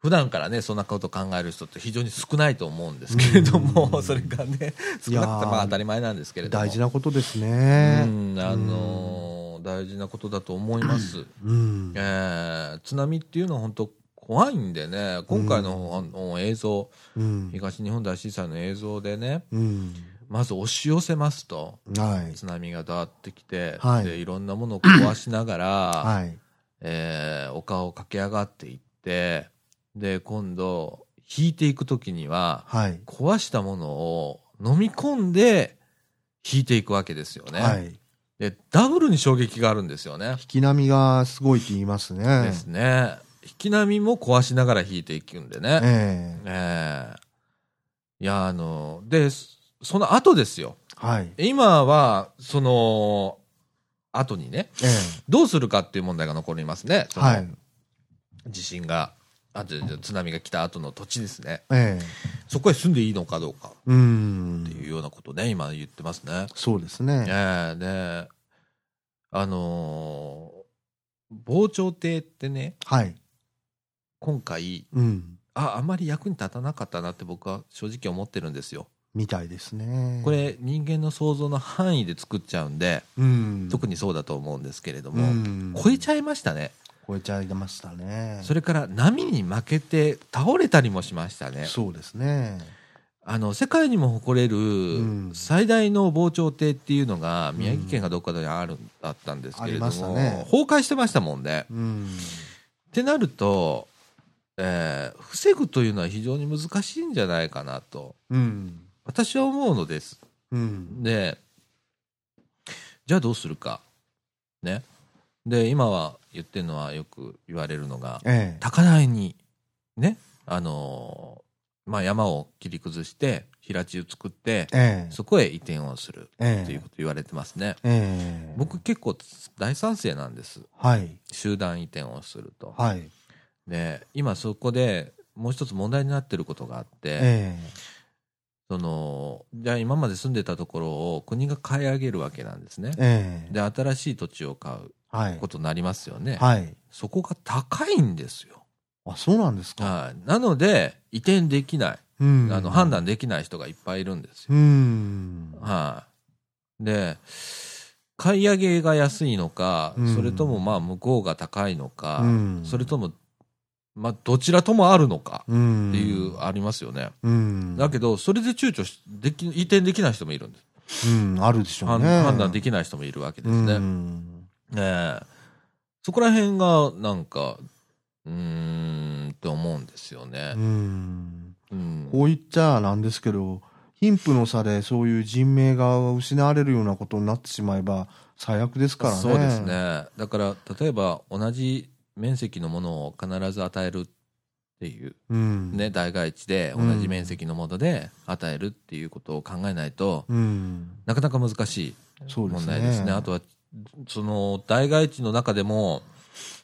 [SPEAKER 1] 普段からね、そんなこと考える人って非常に少ないと思うんですけれども、それがね、少なくてまあ当たり前なんですけれども。
[SPEAKER 2] 大事なことです
[SPEAKER 1] う
[SPEAKER 2] ね。
[SPEAKER 1] ん、あのー大事なことだと思います。
[SPEAKER 2] うん
[SPEAKER 1] え。ー津波っていうのは本当怖いんでね、今回のあの映像、
[SPEAKER 2] うん。
[SPEAKER 1] 東日本大震災の映像でね、
[SPEAKER 2] うん。
[SPEAKER 1] まず押し寄せますと、
[SPEAKER 2] はい。
[SPEAKER 1] 津波がだーってきて、
[SPEAKER 2] はい
[SPEAKER 1] でいろんなものを壊しながら、
[SPEAKER 2] はい。
[SPEAKER 1] えー丘を駆け上がっていって、で、今度、引いていくときには、
[SPEAKER 2] はい。
[SPEAKER 1] 壊したものを飲み込んで引いていくわけですよね。
[SPEAKER 2] はい。引
[SPEAKER 1] で、ダブルに衝撃があるんですよね。
[SPEAKER 2] き波がすごいって言いますね
[SPEAKER 1] で。すね。引き波も壊しながら引いていくんでね。
[SPEAKER 2] ええ。
[SPEAKER 1] ええいや、あの、で、そその後ですよ。
[SPEAKER 2] はい。
[SPEAKER 1] 今は、その、後にね、
[SPEAKER 2] え
[SPEAKER 1] どうするかっていう問題が残りますね。
[SPEAKER 2] え。
[SPEAKER 1] その
[SPEAKER 2] はい。
[SPEAKER 1] 地震が、あじゃじゃ津波が来た後の土地ですね。
[SPEAKER 2] ええ。
[SPEAKER 1] そこへ住んでいいのかどうか
[SPEAKER 2] う
[SPEAKER 1] って
[SPEAKER 2] ん。
[SPEAKER 1] いうようなことね、今言ってますね。
[SPEAKER 2] そうですね。
[SPEAKER 1] ええで、あのー防潮堤ってね、
[SPEAKER 2] はい。
[SPEAKER 1] 今回、
[SPEAKER 2] うん。
[SPEAKER 1] あ、あまり役に立たなかったなって僕は正直思ってるんですよ。
[SPEAKER 2] みたいですね。
[SPEAKER 1] こ。れ人間の想像の範囲で作っちゃうんで、
[SPEAKER 2] うん。
[SPEAKER 1] 特にそうだと思うんですけれど
[SPEAKER 2] う
[SPEAKER 1] も、
[SPEAKER 2] ん。
[SPEAKER 1] 超えちゃいましたね。
[SPEAKER 2] 超えちゃいましたね。
[SPEAKER 1] それから波に負けて倒れたりもしましたね。
[SPEAKER 2] そうですね。
[SPEAKER 1] あの、世界にも誇れ
[SPEAKER 2] ん
[SPEAKER 1] る最大の防潮堤っていうのが
[SPEAKER 2] ん
[SPEAKER 1] 宮城県がどっかである、あったんですけれど
[SPEAKER 2] あ
[SPEAKER 1] も、
[SPEAKER 2] りましたね
[SPEAKER 1] 崩壊してましたもんね。
[SPEAKER 2] うん。
[SPEAKER 1] ってなると、えー防ぐというのは非常に難しいんじゃないかなと、
[SPEAKER 2] うん。
[SPEAKER 1] 私は思うのです。
[SPEAKER 2] うん。
[SPEAKER 1] で、じゃあどうするか。ね。で、今は言ってるのはよく言われるのが、
[SPEAKER 2] ええ。
[SPEAKER 1] 高台に、ね、あのーまあ、山を切り崩して、平地を作って、
[SPEAKER 2] ええ。
[SPEAKER 1] そこへ移転をする
[SPEAKER 2] ええ
[SPEAKER 1] ということ言われてますね。
[SPEAKER 2] ええ。
[SPEAKER 1] 僕結構大賛成なんです。
[SPEAKER 2] はい。
[SPEAKER 1] 集団移転をすると。
[SPEAKER 2] はい。
[SPEAKER 1] で、今そこでもう一つ問題になってることがあって、
[SPEAKER 2] ええ。
[SPEAKER 1] その、じゃあ今まで住んでたところを国が買い上げるわけなんですね。
[SPEAKER 2] ええ。
[SPEAKER 1] で、新しい土地を買う
[SPEAKER 2] はい
[SPEAKER 1] こ。とになりますよね。
[SPEAKER 2] はい。
[SPEAKER 1] そこが高いんですよ。
[SPEAKER 2] あ、そうなんですか。
[SPEAKER 1] はい。なので、移転できない。
[SPEAKER 2] うん。
[SPEAKER 1] あの、判。断できない人がいっぱいいるんですよ。
[SPEAKER 2] うん。
[SPEAKER 1] はい。で、買い上げが安いのか、
[SPEAKER 2] うん
[SPEAKER 1] それともまあ向こうが高いのか、
[SPEAKER 2] うん
[SPEAKER 1] それとも、まあどちらともあるのか
[SPEAKER 2] うん。
[SPEAKER 1] っていう、ありますよね。
[SPEAKER 2] うん。
[SPEAKER 1] だけど、それで躊躇し、でき、移転できない人もいるんです。
[SPEAKER 2] うん、あるでしょう
[SPEAKER 1] 判
[SPEAKER 2] ね。
[SPEAKER 1] 判断で
[SPEAKER 2] き
[SPEAKER 1] きない人もいるわけで
[SPEAKER 2] ですす
[SPEAKER 1] ね。
[SPEAKER 2] ね。
[SPEAKER 1] ねえそこら辺が、なんか、うーん、と思うんですよね
[SPEAKER 2] う。ん。
[SPEAKER 1] うん
[SPEAKER 2] こう言っちゃなんですけど、貧富の差でそういう人命が失われるようなことになってしまえば最悪ですからね。
[SPEAKER 1] そうです。ね。だから、例えば同じ面積のものを必ず与えるっていう、
[SPEAKER 2] うん。。
[SPEAKER 1] ね、大外地で同
[SPEAKER 2] うん
[SPEAKER 1] じ面積のもので与えるっていうことを考えないと、
[SPEAKER 2] うん。
[SPEAKER 1] なかなか難しい
[SPEAKER 2] そうですね。
[SPEAKER 1] 問題ですね。あとは、その大外地の中でも、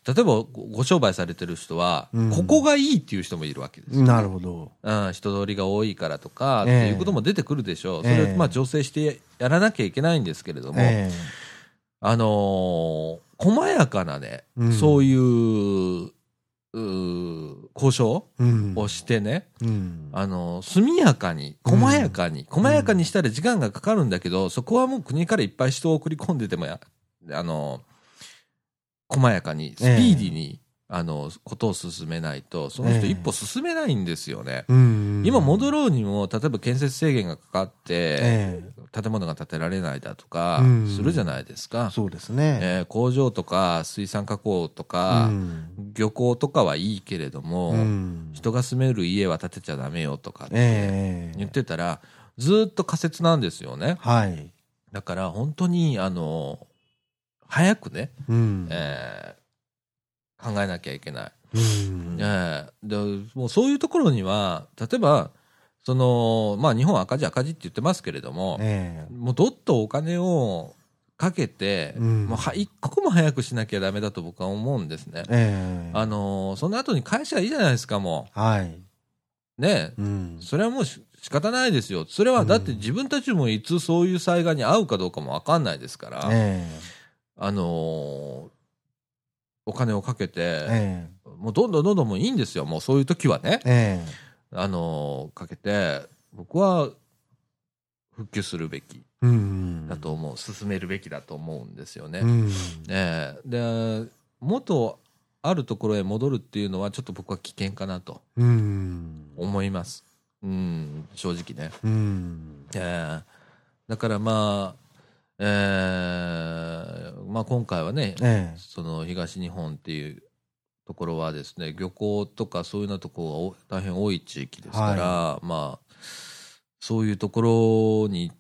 [SPEAKER 1] 例えばごご商売されてる人は、
[SPEAKER 2] うん
[SPEAKER 1] ここがいいっていう人もいるわけですよ。
[SPEAKER 2] なるほど。
[SPEAKER 1] うん、人通りが多いからとか、っ
[SPEAKER 2] ええ
[SPEAKER 1] ていうことも出てくるでしょう。それ
[SPEAKER 2] ええ
[SPEAKER 1] をまあ調整してやらなきゃいけないんですけれども、
[SPEAKER 2] え
[SPEAKER 1] あのー細やかなね、
[SPEAKER 2] うん
[SPEAKER 1] そういう、うー交渉
[SPEAKER 2] えうん。
[SPEAKER 1] をしてね、
[SPEAKER 2] うん。
[SPEAKER 1] あのー速やかに、細やかに、細やかにしたら時間がかかるんだけど、そこはもう国からいっぱい人を送り込んでてもや、あのー細やかに、スピーディーに、あのーことを進めないと、その人
[SPEAKER 2] ええ
[SPEAKER 1] 一歩進めないんですよね。
[SPEAKER 2] うん。
[SPEAKER 1] 今戻ろうにも、例えば建設制限がかかって、
[SPEAKER 2] え
[SPEAKER 1] 建物が建てられないだとか
[SPEAKER 2] うん、
[SPEAKER 1] するじゃないですか。
[SPEAKER 2] えそうですね。
[SPEAKER 1] えー工場とか水産加工と
[SPEAKER 2] う
[SPEAKER 1] か、
[SPEAKER 2] ん
[SPEAKER 1] 漁港とかはいいけれども、
[SPEAKER 2] うん
[SPEAKER 1] 人が住める家は建てちゃダメよとかって
[SPEAKER 2] ええ
[SPEAKER 1] 言ってたら、ずーっと仮説なんですよね。
[SPEAKER 2] はい。
[SPEAKER 1] だから本当に、あの、早くね、
[SPEAKER 2] うん。
[SPEAKER 1] えー考えなきゃいけない。
[SPEAKER 2] うん
[SPEAKER 1] ええでもうそういうところには、例えば、その、まあ日本は赤字赤字って言ってますけれども、
[SPEAKER 2] え
[SPEAKER 1] もうどっとお金をかけて、
[SPEAKER 2] うん
[SPEAKER 1] もうは一刻も早くしなきゃダメだと僕は思うんですね
[SPEAKER 2] え。ええ
[SPEAKER 1] あのーその後に返しがいいじゃないですか、も
[SPEAKER 2] はい。
[SPEAKER 1] う。ねえ
[SPEAKER 2] うん。
[SPEAKER 1] それはもうし仕方ないですよ。それはだって自分たちもいつそういう災害に遭うかどうかもわかんないですから、
[SPEAKER 2] ええ
[SPEAKER 1] あのーお金をかけて、
[SPEAKER 2] ええ
[SPEAKER 1] もうどんどんどんどんもういいんですよ。もうそういう時はね。
[SPEAKER 2] ええ
[SPEAKER 1] あのーかけて、僕は復旧するべき
[SPEAKER 2] うん
[SPEAKER 1] だと思う、進めるべきだと思うんですよね。
[SPEAKER 2] うん
[SPEAKER 1] ええで、元あるところへ戻るっていうのは、ちょっと僕は危険かなと
[SPEAKER 2] うん
[SPEAKER 1] 思います。うん、正直ね。
[SPEAKER 2] うん
[SPEAKER 1] ええだからまあ、ええまあ今回はね、
[SPEAKER 2] ええ
[SPEAKER 1] その東日本っていうところはですね漁港とかそういうようなところがお大変多い地域ですから、まあそういうところに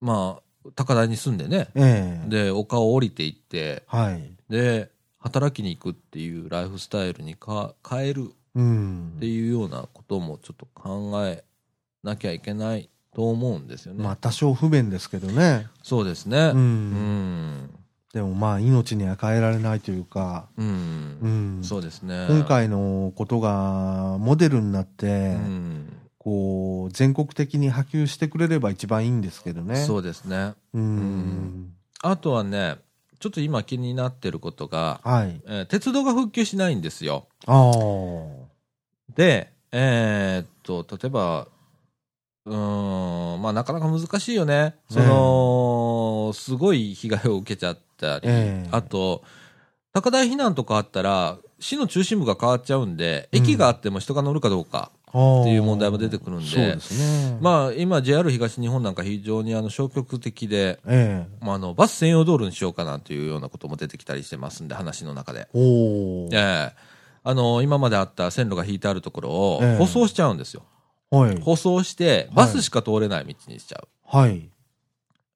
[SPEAKER 1] まあ高台に住んでね
[SPEAKER 2] ええ
[SPEAKER 1] で丘を降りていって
[SPEAKER 2] はい
[SPEAKER 1] で働きに行くっていうライフスタイルにか変える
[SPEAKER 2] うん
[SPEAKER 1] っていうようなこともちょっと考えなきゃいけないと思うんですよね。
[SPEAKER 2] まあ多少不便ですけどね
[SPEAKER 1] そうですね。
[SPEAKER 2] う
[SPEAKER 1] うんん。
[SPEAKER 2] でもまあ命には変えられないというか
[SPEAKER 1] うん。
[SPEAKER 2] うん
[SPEAKER 1] そうですね。
[SPEAKER 2] 今回のことがモデルになって
[SPEAKER 1] うん、
[SPEAKER 2] こう全国的に波及してくれれば一番いいんですけどね
[SPEAKER 1] そうですね。
[SPEAKER 2] うん
[SPEAKER 1] あとはね、ちょっと今気になってることが、
[SPEAKER 2] はい
[SPEAKER 1] えー鉄道が復旧しないんですよ。
[SPEAKER 2] ああ
[SPEAKER 1] で、えーっと、例えば、うーん、まあなかなか難しいよね。その、すごい被害を受けちゃったり、
[SPEAKER 2] ええ
[SPEAKER 1] あと、高台避難とかあったら、市の中心部が変わっちゃうんで、
[SPEAKER 2] うん
[SPEAKER 1] 駅があっても人が乗るかどうか、っ
[SPEAKER 2] っ
[SPEAKER 1] ていう問題も出てくるんで
[SPEAKER 2] そうですね
[SPEAKER 1] まあ今 JR 東日本なんか非常にあの消極的で、
[SPEAKER 2] ええ
[SPEAKER 1] まあ、あのバス専用道路にしようかなというようなことも出てきたりしてますんで、話の中で。
[SPEAKER 2] おお
[SPEAKER 1] ええあの今まであった線路が引いてあるところを
[SPEAKER 2] ええ
[SPEAKER 1] 舗装しちゃうんですよ。
[SPEAKER 2] はい
[SPEAKER 1] 舗装して、バスしか通れない道にしちゃう。
[SPEAKER 2] はい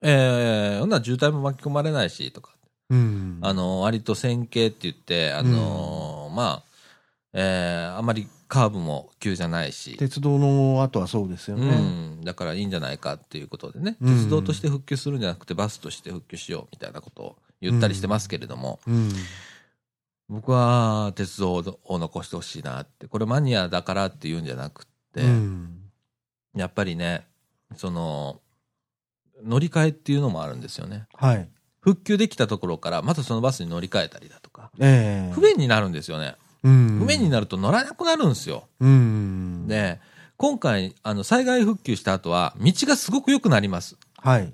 [SPEAKER 1] ええそんな渋滞も巻き込まれないしとか、
[SPEAKER 2] うん
[SPEAKER 1] あの割と線形って言って、あのまあ、ええあまりカーブも急じゃないし、
[SPEAKER 2] 鉄道の後はそうですよ
[SPEAKER 1] う
[SPEAKER 2] ね
[SPEAKER 1] ん、だからいいんじゃないかっていうことでね、
[SPEAKER 2] うん
[SPEAKER 1] 鉄道として復旧するんじゃなくて、バスとして復旧しようみたいなことを言ったりしてますけれども、
[SPEAKER 2] うん
[SPEAKER 1] 僕は鉄道を残してほしいなってこれマニアだからっていうんじゃなくって、
[SPEAKER 2] うん
[SPEAKER 1] やっぱりねその乗り換えっていうのもあるんですよね
[SPEAKER 2] はい
[SPEAKER 1] 復旧できたところからまたそのバスに乗り換えたりだとか
[SPEAKER 2] ええ
[SPEAKER 1] 不便になるんですよね、
[SPEAKER 2] うん
[SPEAKER 1] 不便になると乗らなくなるんですよ、
[SPEAKER 2] うん
[SPEAKER 1] で今回あの災害復旧した後は道がすごく良くなります
[SPEAKER 2] はい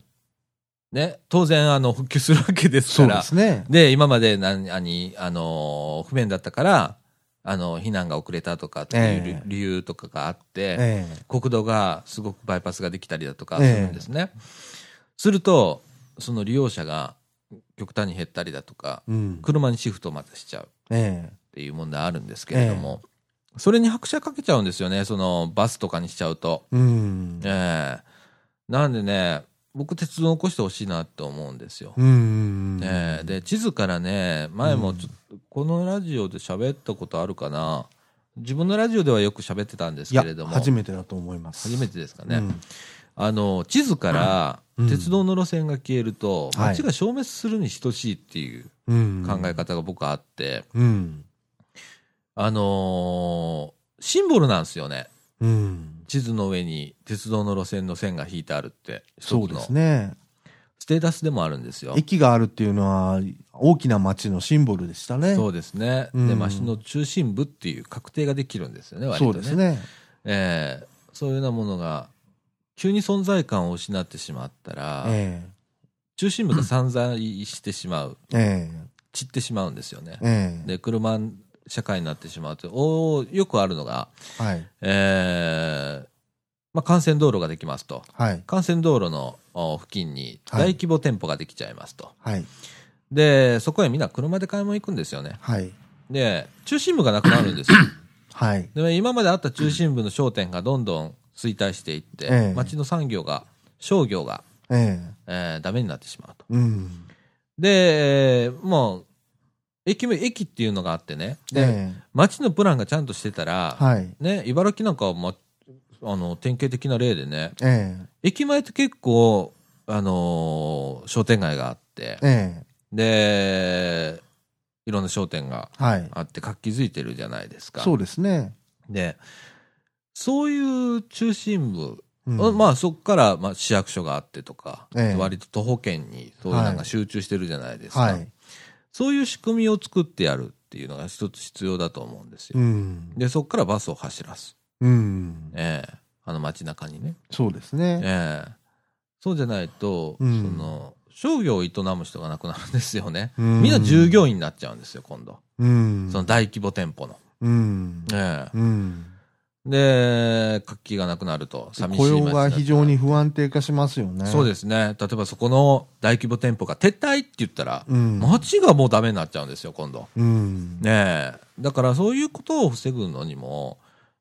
[SPEAKER 1] ね当然あの復旧するわけです
[SPEAKER 2] そ
[SPEAKER 1] か
[SPEAKER 2] う
[SPEAKER 1] ら
[SPEAKER 2] ですね
[SPEAKER 1] で、今まで何、何、あのー不便だったから、あの、避難が遅れたとかっていう理
[SPEAKER 2] ええ
[SPEAKER 1] 理由とかがあって、
[SPEAKER 2] ええ
[SPEAKER 1] 国土がすごくバイパスができたりだとかす
[SPEAKER 2] ええ
[SPEAKER 1] るんですね。すると、その利用者が極端に減ったりだとか、
[SPEAKER 2] うん
[SPEAKER 1] 車にシフトまでしちゃうっ
[SPEAKER 2] ええ
[SPEAKER 1] ていう問題あるんですけれども、それに拍車かけちゃうんですよね、そのバスとかにしちゃうと。
[SPEAKER 2] うん
[SPEAKER 1] ええなんでね、僕鉄道残してほしいなって思うんですよ。
[SPEAKER 2] うん
[SPEAKER 1] ねえで地図からね前もちょっとこのラジオで喋ったことあるかな自分のラジオではよく喋ってたんです
[SPEAKER 2] い
[SPEAKER 1] け
[SPEAKER 2] や
[SPEAKER 1] れども
[SPEAKER 2] 初めてだと思います
[SPEAKER 1] 初めてですかね、
[SPEAKER 2] うん
[SPEAKER 1] あの地図から
[SPEAKER 2] うん
[SPEAKER 1] 鉄道の路線が消えると
[SPEAKER 2] はい
[SPEAKER 1] 街が消滅するに等しいっていう
[SPEAKER 2] うん
[SPEAKER 1] 考え方が僕はあって、
[SPEAKER 2] うん
[SPEAKER 1] あのーシンボルなんですよね
[SPEAKER 2] うん
[SPEAKER 1] 地図の上に鉄道の路線の線が引いてあるって
[SPEAKER 2] そう
[SPEAKER 1] 一つ
[SPEAKER 2] で
[SPEAKER 1] の
[SPEAKER 2] すね
[SPEAKER 1] ステータスでもあるんですよ
[SPEAKER 2] 駅があるっていうのは大きな街のシンボルでしたね
[SPEAKER 1] そうですね、
[SPEAKER 2] う
[SPEAKER 1] で
[SPEAKER 2] ん
[SPEAKER 1] 街の中心部っていう確定ができるんですよね割と
[SPEAKER 2] そ
[SPEAKER 1] ね
[SPEAKER 2] うですね
[SPEAKER 1] ええそういうようなものが急に存在感を失ってしまったら、
[SPEAKER 2] え
[SPEAKER 1] 中心部が散在してし まう
[SPEAKER 2] ええ
[SPEAKER 1] 散ってしまうんですよね
[SPEAKER 2] えええ
[SPEAKER 1] で車社会になってしまうとおーよくあるのが、
[SPEAKER 2] はい
[SPEAKER 1] ええまあ、幹線道路ができますと
[SPEAKER 2] はい
[SPEAKER 1] 幹線道路のお付近に
[SPEAKER 2] はい
[SPEAKER 1] 大規模店舗ができちゃいますと、
[SPEAKER 2] はい
[SPEAKER 1] でそこへみんな車で買い物行くんですよね
[SPEAKER 2] はい
[SPEAKER 1] で中心部がなくなるんですよ
[SPEAKER 2] はい
[SPEAKER 1] で今まであった中心部の商店がどんどん衰退していって、
[SPEAKER 2] ええ
[SPEAKER 1] 町の産業が商業が、
[SPEAKER 2] ええ
[SPEAKER 1] えーダメになってしまうと
[SPEAKER 2] うん
[SPEAKER 1] で、えーもう駅も駅っていうのがあってねで、
[SPEAKER 2] え
[SPEAKER 1] 町のプランがちゃんとしてた
[SPEAKER 2] え
[SPEAKER 1] ら、
[SPEAKER 2] はい
[SPEAKER 1] ね、茨城なんかは、ま、あの典型的な例でね
[SPEAKER 2] ええ
[SPEAKER 1] 駅前って結構、あのー商店街があって
[SPEAKER 2] え
[SPEAKER 1] でいろんな商店が
[SPEAKER 2] えはい
[SPEAKER 1] あって活気づいてるじゃないですか
[SPEAKER 2] そうですね
[SPEAKER 1] でそういう中心部、
[SPEAKER 2] うん
[SPEAKER 1] まあそこからまあ市役所があってとか、
[SPEAKER 2] ええ
[SPEAKER 1] 割と徒歩圏にそういうのが集中してるじゃないですか、
[SPEAKER 2] はい
[SPEAKER 1] そういう仕組みを作ってやるっっていうのが一つ必要だと思うんですよ。
[SPEAKER 2] うん。
[SPEAKER 1] で、そこからバスを走らす。
[SPEAKER 2] うん。
[SPEAKER 1] ええあの街中にね。
[SPEAKER 2] そうですね。
[SPEAKER 1] ええそうじゃないと、
[SPEAKER 2] うん
[SPEAKER 1] その、商業を営む人がなくなるんですよね。
[SPEAKER 2] み
[SPEAKER 1] みんな従業員になっちゃうんですよ、今度。
[SPEAKER 2] 員
[SPEAKER 1] その大規模店舗の。
[SPEAKER 2] うん。
[SPEAKER 1] ええ
[SPEAKER 2] うん。
[SPEAKER 1] で、活気がなくなると、寂しい
[SPEAKER 2] 雇
[SPEAKER 1] 街
[SPEAKER 2] 用
[SPEAKER 1] だったら
[SPEAKER 2] が非常に不安定化しますよね。
[SPEAKER 1] そう
[SPEAKER 2] す。
[SPEAKER 1] ですね。例えばそこの大規模店舗が撤退って言ったら、
[SPEAKER 2] うん。
[SPEAKER 1] 街がもうダメになっちゃうんですよ、今度。
[SPEAKER 2] う
[SPEAKER 1] ね
[SPEAKER 2] ん。
[SPEAKER 1] え。だからそういうことを防ぐのにも、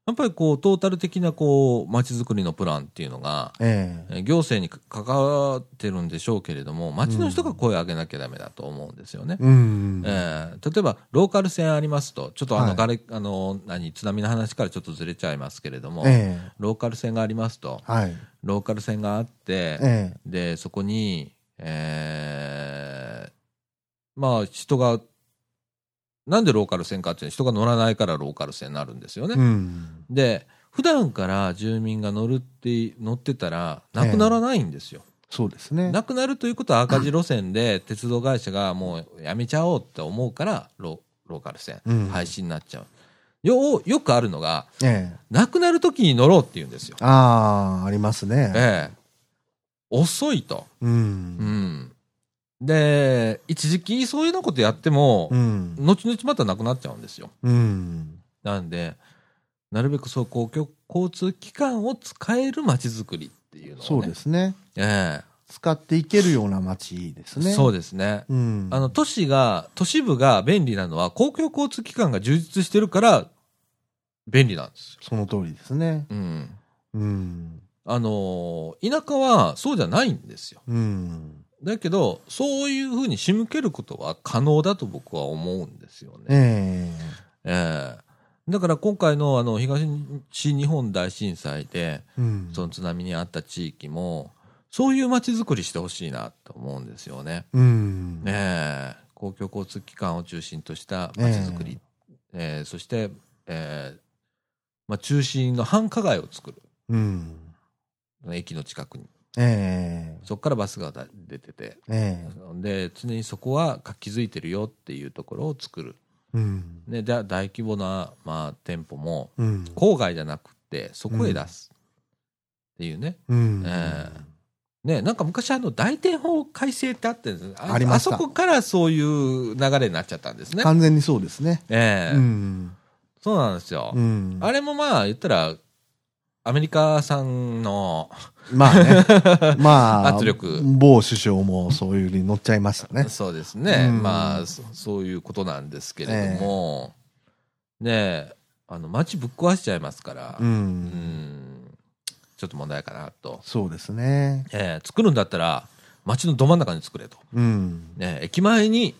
[SPEAKER 1] やっぱりこう、トータル的なこう、街づくりのプランっていうのが、
[SPEAKER 2] ええ。
[SPEAKER 1] えー行政に関わってるんでしょうけれども、街の人が声を上げなきゃダメだと思うんですよね。
[SPEAKER 2] うん。
[SPEAKER 1] えー例えば、ローカル線ありますと、ちょっとあ
[SPEAKER 2] は
[SPEAKER 1] の、
[SPEAKER 2] い
[SPEAKER 1] がれあの何津波の話からちょっとずれちゃいますけれども、
[SPEAKER 2] ええ。
[SPEAKER 1] ローカル線がありますと、
[SPEAKER 2] はい。
[SPEAKER 1] ローカル線があって、
[SPEAKER 2] え
[SPEAKER 1] で、そこに、えーまあ、人が、なんでローカル線かっていうのは人が乗らないからローカル線になるんですよ
[SPEAKER 2] え。
[SPEAKER 1] ね。
[SPEAKER 2] うん。
[SPEAKER 1] で、普段から住民が乗るって、乗ってたら、なくならないんですよ。
[SPEAKER 2] そうですね。
[SPEAKER 1] なくなるということは赤字路線で、鉄道会社がもうやめちゃおうって思うから、ロローカル線
[SPEAKER 2] うん、
[SPEAKER 1] 廃止になっちゃう。よ、よくあるのが、
[SPEAKER 2] ええ。
[SPEAKER 1] なくなる時に乗ろうって言うんですよ。
[SPEAKER 2] ああ、ありますね。
[SPEAKER 1] ええ。遅いと。
[SPEAKER 2] う。
[SPEAKER 1] うんん。で、一時期そういうようなことやっても
[SPEAKER 2] う、ん。
[SPEAKER 1] 後々またなくなっちゃうんですよ。
[SPEAKER 2] うん。
[SPEAKER 1] なんで、なるべくそう公共交通機関を使える街づくりっていうのを、ね。。
[SPEAKER 2] そうですすね。
[SPEAKER 1] え
[SPEAKER 2] 使っていけるような街です
[SPEAKER 1] え。
[SPEAKER 2] ね。
[SPEAKER 1] そう
[SPEAKER 2] う。
[SPEAKER 1] ですね。
[SPEAKER 2] うん。
[SPEAKER 1] あの、都市が、都市部が便利なのは、公共交通機関が充実してるから、便利なんですよ。
[SPEAKER 2] その通りですね。
[SPEAKER 1] うん。
[SPEAKER 2] うん。
[SPEAKER 1] あのー田舎はそうじゃないんですよ。
[SPEAKER 2] うん。
[SPEAKER 1] だけど、そういうふうに仕向けることは可能だと僕は思うんですよね。
[SPEAKER 2] え
[SPEAKER 1] ええだから今回のあの東日本大震災で、
[SPEAKER 2] え。うん。
[SPEAKER 1] その津波にあった地域も、そういう街づくりしてほしいなと思うんですよね。
[SPEAKER 2] うん。
[SPEAKER 1] ねえ公共交通機関を中心とした街づくり、ええそして、ええまあ、中心の繁華街を作る、
[SPEAKER 2] うん。
[SPEAKER 1] 駅の近くに、
[SPEAKER 2] ええ。
[SPEAKER 1] そこからバスがだ出てて、
[SPEAKER 2] ええ。
[SPEAKER 1] で常にそこは活気づいてるよっていうところを作る、
[SPEAKER 2] うん。
[SPEAKER 1] ね、だ大規模な、まあ、店舗も、
[SPEAKER 2] うん。
[SPEAKER 1] 郊外じゃなくて、そこへ出す。っていうね。
[SPEAKER 2] うん。
[SPEAKER 1] ええね、なんか昔あの、大天法改正ってあってんですあ
[SPEAKER 2] ありました
[SPEAKER 1] あそこからそういう流れになっちゃったんですね。
[SPEAKER 2] 完全にそうですね。
[SPEAKER 1] ええ
[SPEAKER 2] うん。
[SPEAKER 1] そうなんですよ。
[SPEAKER 2] うん。
[SPEAKER 1] あれもまあ、言ったら、アメリカさんの、
[SPEAKER 2] まあね。 まあ、
[SPEAKER 1] 圧力
[SPEAKER 2] 某首相もそういうに乗っちゃいました ね。
[SPEAKER 1] そうですね。
[SPEAKER 2] うん
[SPEAKER 1] まあそ、そういうことなんですけれども、ねえあの、街ぶっ壊しちゃいますから、
[SPEAKER 2] う。
[SPEAKER 1] うんんちょっと問題かなと。
[SPEAKER 2] そうですね。
[SPEAKER 1] ええ作るんだったら、街のど真ん中に作れと。
[SPEAKER 2] うん。
[SPEAKER 1] ね、駅前に、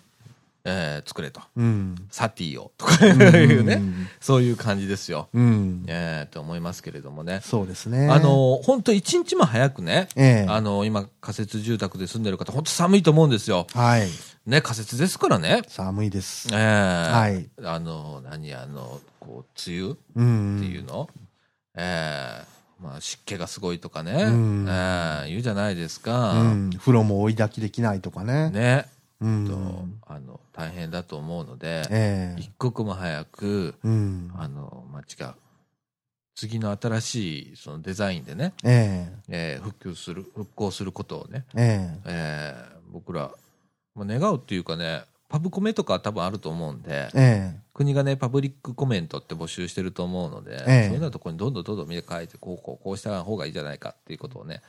[SPEAKER 1] えー作れと。
[SPEAKER 2] うん。
[SPEAKER 1] サティを。とかいうね、
[SPEAKER 2] うん
[SPEAKER 1] そういう感じですよ。
[SPEAKER 2] うん。
[SPEAKER 1] えー、と思いますけれどもね。
[SPEAKER 2] そうですね。
[SPEAKER 1] あ、の、本当一日も早くね、
[SPEAKER 2] ええ。
[SPEAKER 1] あの、今、仮設住宅で住んでる方、本当寒いと思うんですよ。
[SPEAKER 2] はい。
[SPEAKER 1] ね、仮設ですからね。
[SPEAKER 2] 寒いです
[SPEAKER 1] え。
[SPEAKER 2] は。
[SPEAKER 1] はいあの、何、あの、こう、梅雨っ
[SPEAKER 2] うん。
[SPEAKER 1] ていうの、えーまあ、湿気がすごいとかね、
[SPEAKER 2] うん
[SPEAKER 1] えー言うじゃないですか。
[SPEAKER 2] うん。風呂も追い抱きできないとかね。
[SPEAKER 1] ね、
[SPEAKER 2] う
[SPEAKER 1] と
[SPEAKER 2] ん。
[SPEAKER 1] あの、大変だと思うので、
[SPEAKER 2] ええ
[SPEAKER 1] 一。刻も早く、
[SPEAKER 2] うん。
[SPEAKER 1] あの、街が、次の新しいそのデザインでね、
[SPEAKER 2] え
[SPEAKER 1] えー復旧する、復興することをね、
[SPEAKER 2] え。え
[SPEAKER 1] えー僕ら、まあ、願うっていうかね、パブコメとか多分あると思うんで
[SPEAKER 2] え。、え
[SPEAKER 1] 国がね、パブリックコメントって募集してると思うので、
[SPEAKER 2] え
[SPEAKER 1] そう
[SPEAKER 2] え
[SPEAKER 1] いうようなところにどんどんどんどん見て書いて、こうこう、こうした方がいいじゃないかっていうことをね、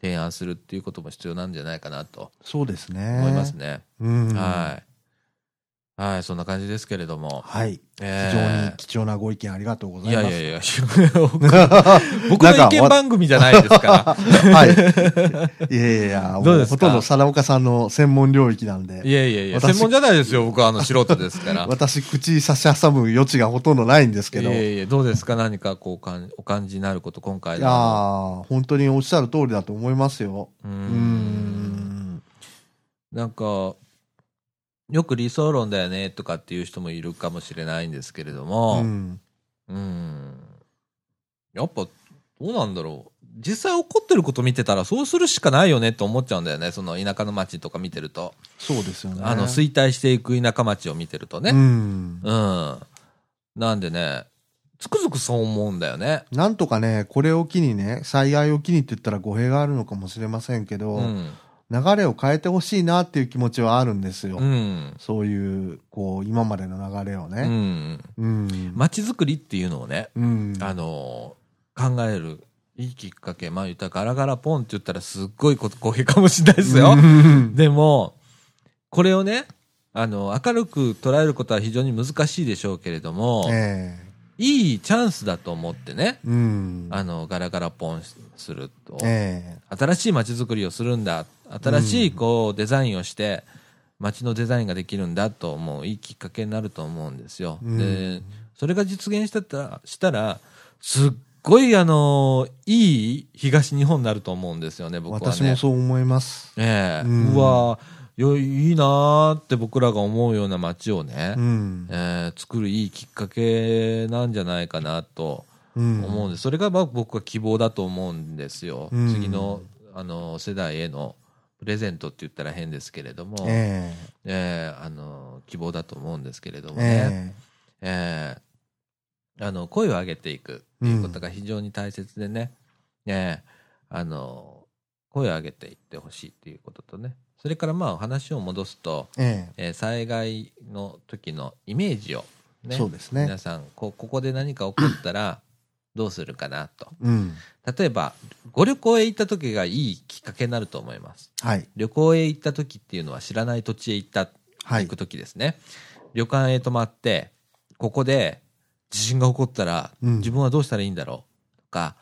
[SPEAKER 1] 提案するっていうことも必要なんじゃないかなと
[SPEAKER 2] そうですね。
[SPEAKER 1] 思います。ね。
[SPEAKER 2] うん。
[SPEAKER 1] はい。はい、そんな感じですけれども。
[SPEAKER 2] はい。非常
[SPEAKER 1] え
[SPEAKER 2] に貴重なご意見ありがとうご
[SPEAKER 1] ー
[SPEAKER 2] ざ
[SPEAKER 1] い
[SPEAKER 2] い
[SPEAKER 1] や
[SPEAKER 2] ます。
[SPEAKER 1] いやい や、僕の意見番組じゃないですから。
[SPEAKER 2] はい。いやいやいや、
[SPEAKER 1] どう
[SPEAKER 2] も
[SPEAKER 1] で
[SPEAKER 2] う
[SPEAKER 1] すか
[SPEAKER 2] ほとんど佐岡さんの専門領域なん
[SPEAKER 1] い
[SPEAKER 2] で、
[SPEAKER 1] やいやいや、
[SPEAKER 2] 私
[SPEAKER 1] 専門じゃないですよ、僕はあの素人ですから。
[SPEAKER 2] 私、口差し挟む余地がほとんどないんですけ
[SPEAKER 1] い
[SPEAKER 2] ど、
[SPEAKER 1] や
[SPEAKER 2] い
[SPEAKER 1] いや、どうですか何かこうかん、お感じになること、今回
[SPEAKER 2] や
[SPEAKER 1] の。
[SPEAKER 2] ー本当におっしゃる通りだと思いますよ。
[SPEAKER 1] うー。
[SPEAKER 2] うんん。
[SPEAKER 1] なんか、よく理想論だよねとかっていう人もいるかもしれないんですけれど
[SPEAKER 2] う
[SPEAKER 1] も、
[SPEAKER 2] ん。
[SPEAKER 1] うん。やっぱ、どうなんだろう。実際起こってること見てたら、そうするしかないよねって思っちゃうんだよね。その田舎の町とか見てると。
[SPEAKER 2] そうですよね。
[SPEAKER 1] あの、衰退していく田舎町を見てると
[SPEAKER 2] う
[SPEAKER 1] ね。
[SPEAKER 2] ん。
[SPEAKER 1] うん。なんでね、つくづくそう思うんだよね。
[SPEAKER 2] なんとかね、これを機にね、災害を機にって言ったら語弊があるのかもしれませんけど、
[SPEAKER 1] うん。
[SPEAKER 2] 流れを変えてほしいなっていう気持ちはあるんですよ。
[SPEAKER 1] うん。
[SPEAKER 2] そういう、こう、今までの流れを
[SPEAKER 1] う
[SPEAKER 2] ね。
[SPEAKER 1] ん。
[SPEAKER 2] うん。
[SPEAKER 1] 町づくりっていうのをね、
[SPEAKER 2] うん。
[SPEAKER 1] あのー考える、いいきっかけ、まあ言ったらガラガラポンって言ったらすっごいこと、公平かもしれないですよ。
[SPEAKER 2] うん
[SPEAKER 1] でも、これをね、あの、明るく捉えることは非常に難しいでしょうけれども、
[SPEAKER 2] え
[SPEAKER 1] いいチャンスだと思ってね、
[SPEAKER 2] えうん。
[SPEAKER 1] あの、ガラガラポンすると、
[SPEAKER 2] え
[SPEAKER 1] 新しい街づくりをするんだ、新しいこうデザインをして、街のデザインができるんだと思う、いいきっかけになると思うんですよ。
[SPEAKER 2] うん
[SPEAKER 1] で、それが実現したら、したら、すっごいあの、いい東日本になると思うんですよね、
[SPEAKER 2] え
[SPEAKER 1] 僕はね。
[SPEAKER 2] 私もそう思います。
[SPEAKER 1] ええ
[SPEAKER 2] うん
[SPEAKER 1] うわよいいなーって僕らが思うような街をね、
[SPEAKER 2] うん。
[SPEAKER 1] えー作るいいきっかけなんじゃないかなと
[SPEAKER 2] うん。
[SPEAKER 1] 思うんです、それがまあ僕は希望だと思うんですよ、
[SPEAKER 2] うん
[SPEAKER 1] 次のあの世代へのプレゼントって言ったら変ですけれども、え
[SPEAKER 2] え
[SPEAKER 1] ーあの希望だと思うんですけれど
[SPEAKER 2] え
[SPEAKER 1] もね、
[SPEAKER 2] え
[SPEAKER 1] えーあの声を上げていくっていうことが非常に大切でね、ねえあの声を上げていってほしいっていうこととねそれからまあ話を戻すと、
[SPEAKER 2] ええ
[SPEAKER 1] えー災害の時のイメージを、
[SPEAKER 2] え
[SPEAKER 1] ね
[SPEAKER 2] そうですね
[SPEAKER 1] 皆。さんこここで何か起こったらどうするかなと
[SPEAKER 2] うん。
[SPEAKER 1] 例えばご旅行へ行った時がいいきっかけになると思います
[SPEAKER 2] はい。
[SPEAKER 1] 旅行へ行った時っていうのは知らない土地へ行った
[SPEAKER 2] は
[SPEAKER 1] 行
[SPEAKER 2] い
[SPEAKER 1] く。時ですね、旅館へ泊まってここで地震が起こったら、
[SPEAKER 2] うん
[SPEAKER 1] 自分はどうしたらいいんだろうとか、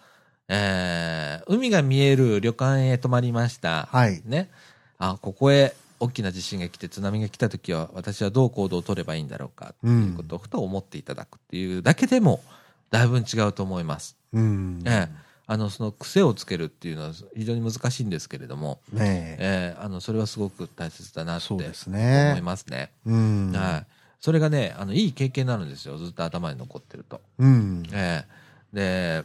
[SPEAKER 1] えー海が見える旅館へ泊まりました、
[SPEAKER 2] はい。
[SPEAKER 1] ね、あここへ大きな地震が来て津波が来た時は私はどう行動を取ればいいんだろうかっていうことをふと思っていただくっていうだけでもだいぶん違うと思います。
[SPEAKER 2] うん。
[SPEAKER 1] ええあのその癖をつけるっていうのは非常に難しいんですけれども、
[SPEAKER 2] ねえ
[SPEAKER 1] ええあのそれはすごく大切だなって
[SPEAKER 2] そう
[SPEAKER 1] 思
[SPEAKER 2] ですね
[SPEAKER 1] いますね。
[SPEAKER 2] うん。
[SPEAKER 1] はい。それがね、あの、いい経験になるんですよ。ずっと頭に残ってると。
[SPEAKER 2] うん。
[SPEAKER 1] ええで、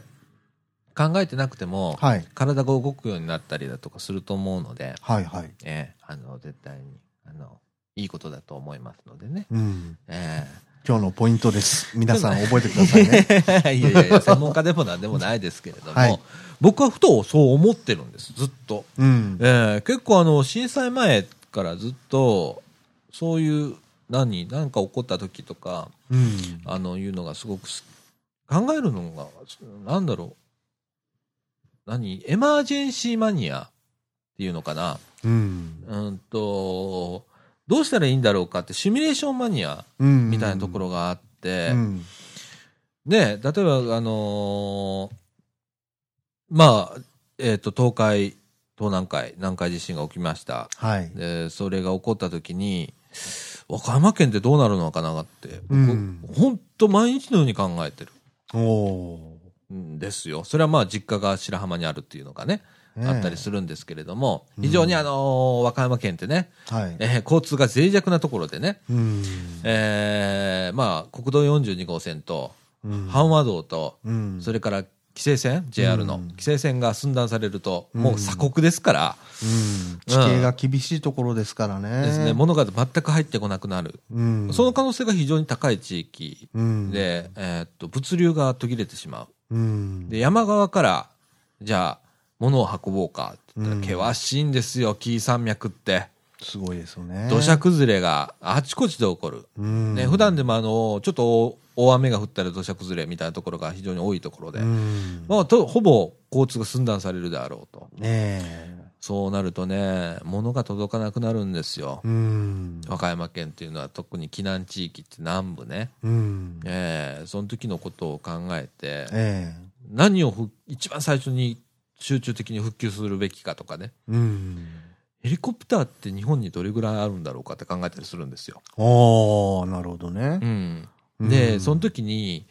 [SPEAKER 1] 考えてなくても、
[SPEAKER 2] はい。
[SPEAKER 1] 体が動くようになったりだとかすると思うので、
[SPEAKER 2] はいはい。
[SPEAKER 1] ええあの、絶対に、あの、いいことだと思いますのでね。
[SPEAKER 2] うん。
[SPEAKER 1] え
[SPEAKER 2] 今日のポイント です。皆さん覚えてくださいね。
[SPEAKER 1] えいやいやいや、専門家でもなんでもないですけれども、
[SPEAKER 2] はい
[SPEAKER 1] 僕はふとそう思ってるんです、ずっと。
[SPEAKER 2] うん。
[SPEAKER 1] ええ結構あの、震災前からずっと、そういう、何、何か起こった時とか、
[SPEAKER 2] うん。
[SPEAKER 1] あの、いうのがすごくす、考えるのが、なんだろう。何エマージェンシーマニアっていうのかな
[SPEAKER 2] うん。
[SPEAKER 1] うんと、どうしたらいいんだろうかって、シミュレーションマニア
[SPEAKER 2] うん。
[SPEAKER 1] みたいなところがあって、
[SPEAKER 2] うん。
[SPEAKER 1] ね、例えば、あのーまあ、えっ、と、東海、東南海、南海地震が起きました。
[SPEAKER 2] はい。
[SPEAKER 1] で、それが起こった時に、和歌山県ってどうなるのかなって、
[SPEAKER 2] うん
[SPEAKER 1] 僕、ほんと毎日のように考えてる。
[SPEAKER 2] おお
[SPEAKER 1] んですよ。それはまあ実家が白浜にあるっていうのがね、
[SPEAKER 2] ー。ねえ
[SPEAKER 1] あったりするんですけれども、
[SPEAKER 2] うん
[SPEAKER 1] 非常にあのー和歌山県ってね、
[SPEAKER 2] はい。
[SPEAKER 1] えー交通が脆弱なところでね、
[SPEAKER 2] うん。
[SPEAKER 1] えーまあ国道42号線と、
[SPEAKER 2] うん
[SPEAKER 1] 阪和道と、
[SPEAKER 2] うん。
[SPEAKER 1] それから規制線、JR の
[SPEAKER 2] うん
[SPEAKER 1] 規制線が寸断されると、
[SPEAKER 2] うん
[SPEAKER 1] もう鎖国ですから、
[SPEAKER 2] うん。地形が厳しいところですからね。
[SPEAKER 1] ですね、物が全く入ってこなくなる。
[SPEAKER 2] うん。
[SPEAKER 1] その可能性が非常に高い地域
[SPEAKER 2] うん。
[SPEAKER 1] で、えーっと、物流が途切れてしまう。
[SPEAKER 2] うん。
[SPEAKER 1] で、山側から、じゃあ、物を運ぼうかって言ったら
[SPEAKER 2] うん
[SPEAKER 1] 険しいんですよ、紀伊山脈って。
[SPEAKER 2] すごいですよね。
[SPEAKER 1] 土砂崩れがあちこちで起こる。
[SPEAKER 2] うん。
[SPEAKER 1] ね、普段でもあの、ちょっと大雨が降ったら土砂崩れみたいなところが非常に多いところで、
[SPEAKER 2] うん。
[SPEAKER 1] まあ、とほぼ交通が寸断されるであろうと。
[SPEAKER 2] ねえ。
[SPEAKER 1] そうなるとね、物が届かなくなるんですよ。
[SPEAKER 2] うん。
[SPEAKER 1] 和歌山県っていうのは特に避難地域って南部ね。
[SPEAKER 2] うん。え
[SPEAKER 1] ええその時のことを考えて、
[SPEAKER 2] え。
[SPEAKER 1] 何をふ一番最初に集中的に復旧するべきかとかね。
[SPEAKER 2] うん。
[SPEAKER 1] ヘリコプターって日本にどれぐらいあるんだろうかって考えたりするんですよ。
[SPEAKER 2] おー、なるほどね。
[SPEAKER 1] で、
[SPEAKER 2] うん
[SPEAKER 1] その時に、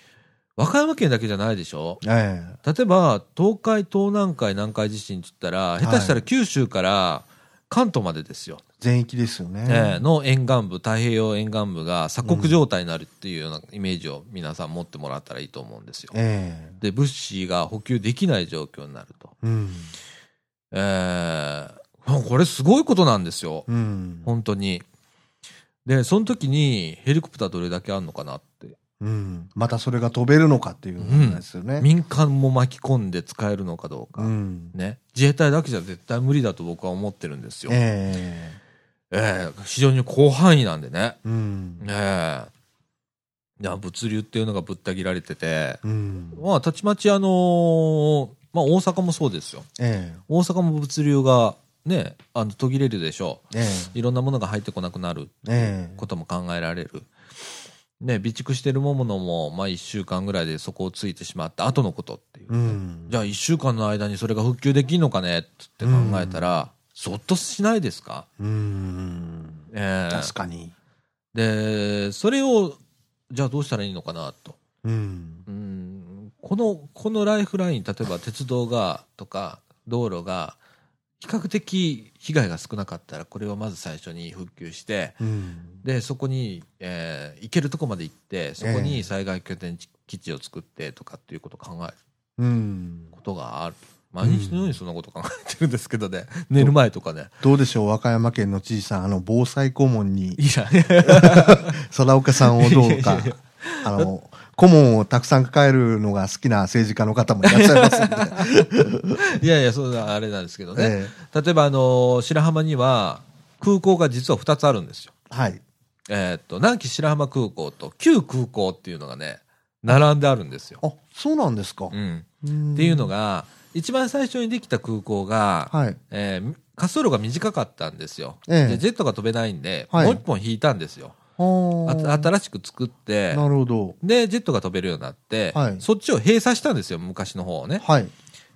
[SPEAKER 1] 和歌山県だけじゃないでしょ
[SPEAKER 2] え
[SPEAKER 1] 例えば、東海、東南海、南海地震って言ったら、
[SPEAKER 2] い
[SPEAKER 1] 下手したら九州から関東までですよ、
[SPEAKER 2] 全域ですよね。
[SPEAKER 1] ええの沿岸部、太平洋沿岸部が鎖国状態になるっていうようなイメージを皆さん持ってもらったらいいと思うんですよ。
[SPEAKER 2] え
[SPEAKER 1] で、物資が補給できない状況になると。
[SPEAKER 2] えうん。
[SPEAKER 1] ええもうこれすごいことなんですよ。
[SPEAKER 2] うん。
[SPEAKER 1] 本当に。で、その時にヘリコプターどれだけあるのかなって。
[SPEAKER 2] うん。またそれが飛べるのかっていう問題ですよね。
[SPEAKER 1] 民間も巻き込んで使えるのかどうか。
[SPEAKER 2] うん。
[SPEAKER 1] ね。自衛隊だけじゃ絶対無理だと僕は思ってるんですよ。え
[SPEAKER 2] え
[SPEAKER 1] え非常に広範囲なんでね。
[SPEAKER 2] えうん。
[SPEAKER 1] ねえ。いや、物流っていうのがぶった切られてて、
[SPEAKER 2] うん。
[SPEAKER 1] まあ、たちまち、あのーまあ、大阪もそうですよ。
[SPEAKER 2] え
[SPEAKER 1] 大阪も物流が、ね、あの途切れるでしょ
[SPEAKER 2] ええ
[SPEAKER 1] う。いろんなものが入ってこなくなる
[SPEAKER 2] えええ
[SPEAKER 1] ことも考えられる。ね、備蓄してるものも、まあ、1週間ぐらいで底をついてしまった後のことっていう。
[SPEAKER 2] うん。
[SPEAKER 1] じゃあ、1週間の間にそれが復旧できんのかねって考えたら、そっとしないですか
[SPEAKER 2] うん。
[SPEAKER 1] ええ
[SPEAKER 2] 確かに。
[SPEAKER 1] で、それを、じゃあどうしたらいいのかなと。
[SPEAKER 2] うん。
[SPEAKER 1] うんこの、このライフライン、例えば鉄道が、とか、道路が、比較的被害が少なかったら、これをまず最初に復旧して、
[SPEAKER 2] うん。
[SPEAKER 1] で、そこに、えー行けるとこまで行って、そこ
[SPEAKER 2] え
[SPEAKER 1] に
[SPEAKER 2] え
[SPEAKER 1] 災害拠点基地を作ってとかっていうことを考える
[SPEAKER 2] うん。
[SPEAKER 1] ことがある。毎日のようにそんなこと考えてるんですけどね、寝る前とかね。
[SPEAKER 2] どうでしょう、和歌山県の知事さん、あの、防災顧問に
[SPEAKER 1] い、や、
[SPEAKER 2] 空岡さんをどうか
[SPEAKER 1] いやいやいや、
[SPEAKER 2] あの、顧問をたくさん抱えるのが好きな政治家の方もいらっしゃいますんで。
[SPEAKER 1] いやいや、そうだ、あれなんですけど ね。
[SPEAKER 2] え
[SPEAKER 1] 例えば、あのー白浜には、空港が実は2つあるんですよ。
[SPEAKER 2] えはい。
[SPEAKER 1] えーっと、南紀白浜空港と旧空港っていうのがね、並んであるんですよ。
[SPEAKER 2] あ、そうなんですか。
[SPEAKER 1] うん。
[SPEAKER 2] ん
[SPEAKER 1] っていうのが、一番最初にできた空港が、
[SPEAKER 2] はい。
[SPEAKER 1] えー滑走路が短かったんですよ。
[SPEAKER 2] ええ
[SPEAKER 1] でジェットが飛べないんで、
[SPEAKER 2] はい
[SPEAKER 1] もう一本引いたんですよ。
[SPEAKER 2] は
[SPEAKER 1] あ新しく作って、
[SPEAKER 2] なるほど。
[SPEAKER 1] で、ジェットが飛べるようになって、
[SPEAKER 2] はい
[SPEAKER 1] そっちを閉鎖したんですよ、昔の方をね。
[SPEAKER 2] はい。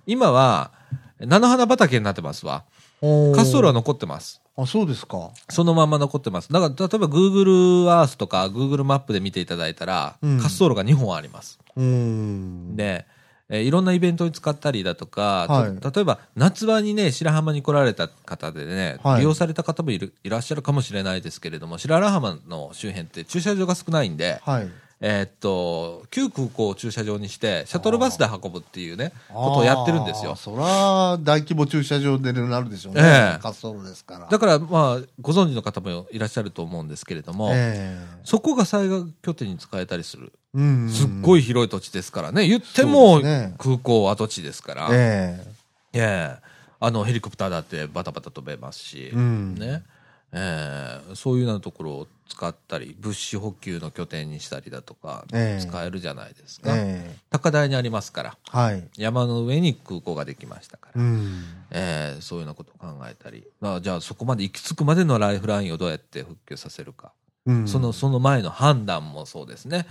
[SPEAKER 1] 今は、菜の花畑になってますわ。
[SPEAKER 2] 滑
[SPEAKER 1] 滑走路は残ってます。
[SPEAKER 2] あ、そうですか。
[SPEAKER 1] そのまま残ってます。だから、例えば Google Earth とか Google マップで見ていただいたら、
[SPEAKER 2] うん
[SPEAKER 1] 滑走路が2本あります。
[SPEAKER 2] うーん。
[SPEAKER 1] で、えーいろんなイベントに使ったりだとか、
[SPEAKER 2] はい
[SPEAKER 1] た例えば夏場にね、白浜に来られた方でね、
[SPEAKER 2] はい
[SPEAKER 1] 利用された方もいるいらっしゃるかもしれないですけれども、白浜の周辺って駐車場が少ないんで、
[SPEAKER 2] はい。
[SPEAKER 1] えーっと、旧空港を駐車場にして、シャトルバスで運ぶっていうね、ことをやってるんです
[SPEAKER 2] あー
[SPEAKER 1] よ。
[SPEAKER 2] そら、大規模駐車場でなるでしょうね。
[SPEAKER 1] ええ
[SPEAKER 2] 滑走路ですから。
[SPEAKER 1] だから、まあ、ご存知の方もいらっしゃると思うんですけれども、
[SPEAKER 2] ええ
[SPEAKER 1] そこが災害拠点に使えたりする。
[SPEAKER 2] うん。
[SPEAKER 1] すっご
[SPEAKER 2] い。
[SPEAKER 1] い広い土地ですからね。言っても
[SPEAKER 2] そうですね
[SPEAKER 1] 空港跡地ですから。え
[SPEAKER 2] ええ
[SPEAKER 1] えあの、ヘリコプターだってバタバタ飛べますし。
[SPEAKER 2] うん
[SPEAKER 1] ね。ええそういうようなところを使ったり、物資補給の拠点にしたりだとか、
[SPEAKER 2] ええ
[SPEAKER 1] 使えるじゃないですか、
[SPEAKER 2] え
[SPEAKER 1] 高台にありますから。
[SPEAKER 2] えはい。
[SPEAKER 1] 山の上に空港ができましたから。
[SPEAKER 2] うん。
[SPEAKER 1] ええそういうようなことを考えたり。まあじゃあそこまで行き着くまでのライフラインをどうやって復旧させるか。
[SPEAKER 2] うん
[SPEAKER 1] その、その前の判断もそうですね。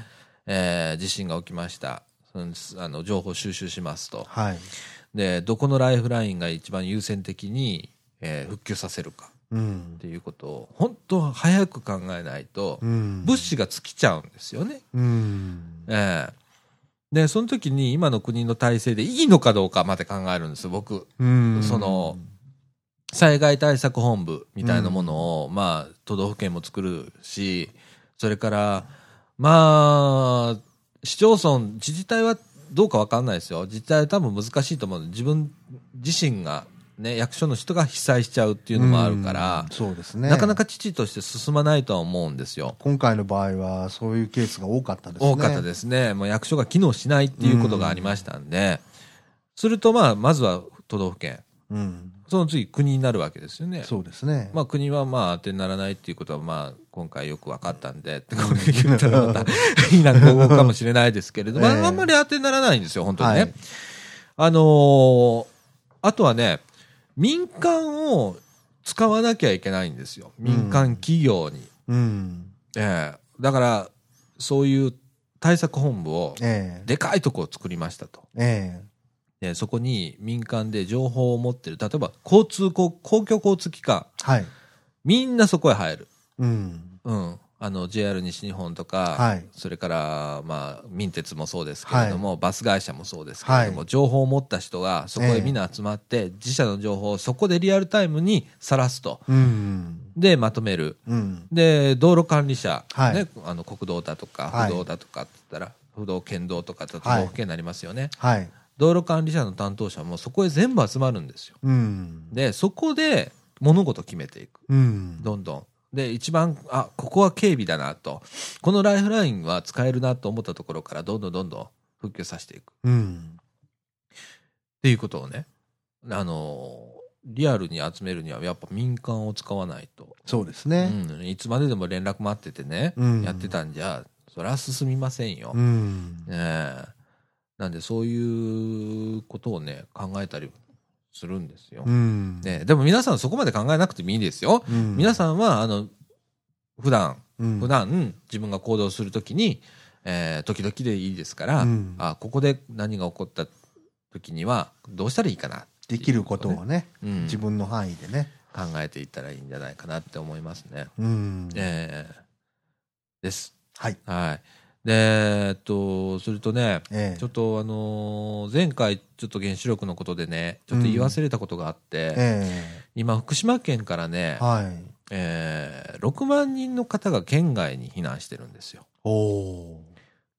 [SPEAKER 1] えー地震が起きました。うんあの、情報収集しますと。
[SPEAKER 2] はい。
[SPEAKER 1] で、どこのライフラインが一番優先的に、えー復旧させるか
[SPEAKER 2] うん
[SPEAKER 1] って。いうことを、本当は早く考えないと、
[SPEAKER 2] うん
[SPEAKER 1] 物資が尽きちゃうんですよね。
[SPEAKER 2] うん。
[SPEAKER 1] えーで、その時に今の国の体制でいいのかどうかまで考えるんですよ、僕。
[SPEAKER 2] うん
[SPEAKER 1] その、災害対策本部みたいなものを、まあ、都道府県も作るし、それから、まあ、市町村、自治体はどうかわかんないですよ。自治体は多分難しいと思うので。自分自身が、ね、役所の人が被災しちゃうっていうのもあるから
[SPEAKER 2] うん、そうですね。
[SPEAKER 1] なかなか知事として進まないとは思うんですよ。
[SPEAKER 2] 今回の場合は、そういうケースが多かったですね。
[SPEAKER 1] 多かったですね。もう役所が機能しないっていうことがありましたんで、するとまあ、まずは都道府県、
[SPEAKER 2] うん。
[SPEAKER 1] その次国になるわけですよね。
[SPEAKER 2] そうですね。
[SPEAKER 1] まあ国はまあ当てにならないっていうことはまあ今回よく分かったんで、これ言ったらまた非難合合かもしれないですけれども、
[SPEAKER 2] ええ
[SPEAKER 1] あんまり当てにならないんですよ、本当にね。
[SPEAKER 2] はい
[SPEAKER 1] あのーあとはね、民間を使わなきゃいけないんですよ。民間企業に。
[SPEAKER 2] うん。
[SPEAKER 1] ええだから、そういう対策本部を、
[SPEAKER 2] ええ
[SPEAKER 1] でかいとこを作りましたと。
[SPEAKER 2] え
[SPEAKER 1] でそこに民間で情報を持ってる、例えば交通公、公共交通機関、
[SPEAKER 2] えはい。
[SPEAKER 1] みんなそこへ入る。
[SPEAKER 2] うん。
[SPEAKER 1] うん。あの JR 西日本とか、
[SPEAKER 2] はい
[SPEAKER 1] それから、まあ、民鉄もそうですけれども、バス会社もそうですけれども、
[SPEAKER 2] はい
[SPEAKER 1] 情報を持った人がそこ
[SPEAKER 2] え
[SPEAKER 1] へ
[SPEAKER 2] え
[SPEAKER 1] みんな集まって、自社の情報をそこでリアルタイムにさらすと
[SPEAKER 2] うん
[SPEAKER 1] でまとめる
[SPEAKER 2] うん
[SPEAKER 1] で道路管理者、
[SPEAKER 2] はい
[SPEAKER 1] ね、あの国道だとか
[SPEAKER 2] はい
[SPEAKER 1] 不動だとかって言ったら、不動県道とかだと
[SPEAKER 2] はい
[SPEAKER 1] 道府県になりますよね、
[SPEAKER 2] はい
[SPEAKER 1] 道路管理者の担当者もそこへ全部集まるんですよ
[SPEAKER 2] うん
[SPEAKER 1] でそこで物事を決めていく
[SPEAKER 2] うん
[SPEAKER 1] どんどん。で、一番、あ、ここは警備だなと。このライフラインは使えるなと思ったところから、どんどんどんどん復旧させていく。っ
[SPEAKER 2] うん
[SPEAKER 1] ていうことをね、あのーリアルに集めるには、やっぱ民間を使わないと。
[SPEAKER 2] そうです
[SPEAKER 1] う
[SPEAKER 2] ね
[SPEAKER 1] ん。いつまででも連絡待っててね、
[SPEAKER 2] うん
[SPEAKER 1] やってたんじゃ、そりゃ進みませんよ。
[SPEAKER 2] う
[SPEAKER 1] ね
[SPEAKER 2] ん
[SPEAKER 1] え。なんで、そういうことをね、考えたりするんですよ。
[SPEAKER 2] うん
[SPEAKER 1] ねえでも皆さんそこまで考えなくてもいいですよ。
[SPEAKER 2] うん
[SPEAKER 1] 皆さんは、あの、普段、
[SPEAKER 2] うん
[SPEAKER 1] 普段自分が行動するときに、えー時々でいいですから、
[SPEAKER 2] うん
[SPEAKER 1] あここで何が起こった時にはどうしたらいいかなってい
[SPEAKER 2] で
[SPEAKER 1] う
[SPEAKER 2] きることを
[SPEAKER 1] ね
[SPEAKER 2] ね
[SPEAKER 1] うん
[SPEAKER 2] 自分の範囲でね
[SPEAKER 1] 考えていったらいいんじゃないかなって思いますね。
[SPEAKER 2] うん
[SPEAKER 1] えーです。
[SPEAKER 2] はい
[SPEAKER 1] はい。で、えっと、するとね、
[SPEAKER 2] ええ
[SPEAKER 1] ちょっとあのー前回ちょっと原子力のことでね、ちょっと言い忘れたことがあって、
[SPEAKER 2] え
[SPEAKER 1] 今福島県からね
[SPEAKER 2] え、はい
[SPEAKER 1] えー6万人の方が県外に避難してるんですよ。
[SPEAKER 2] おお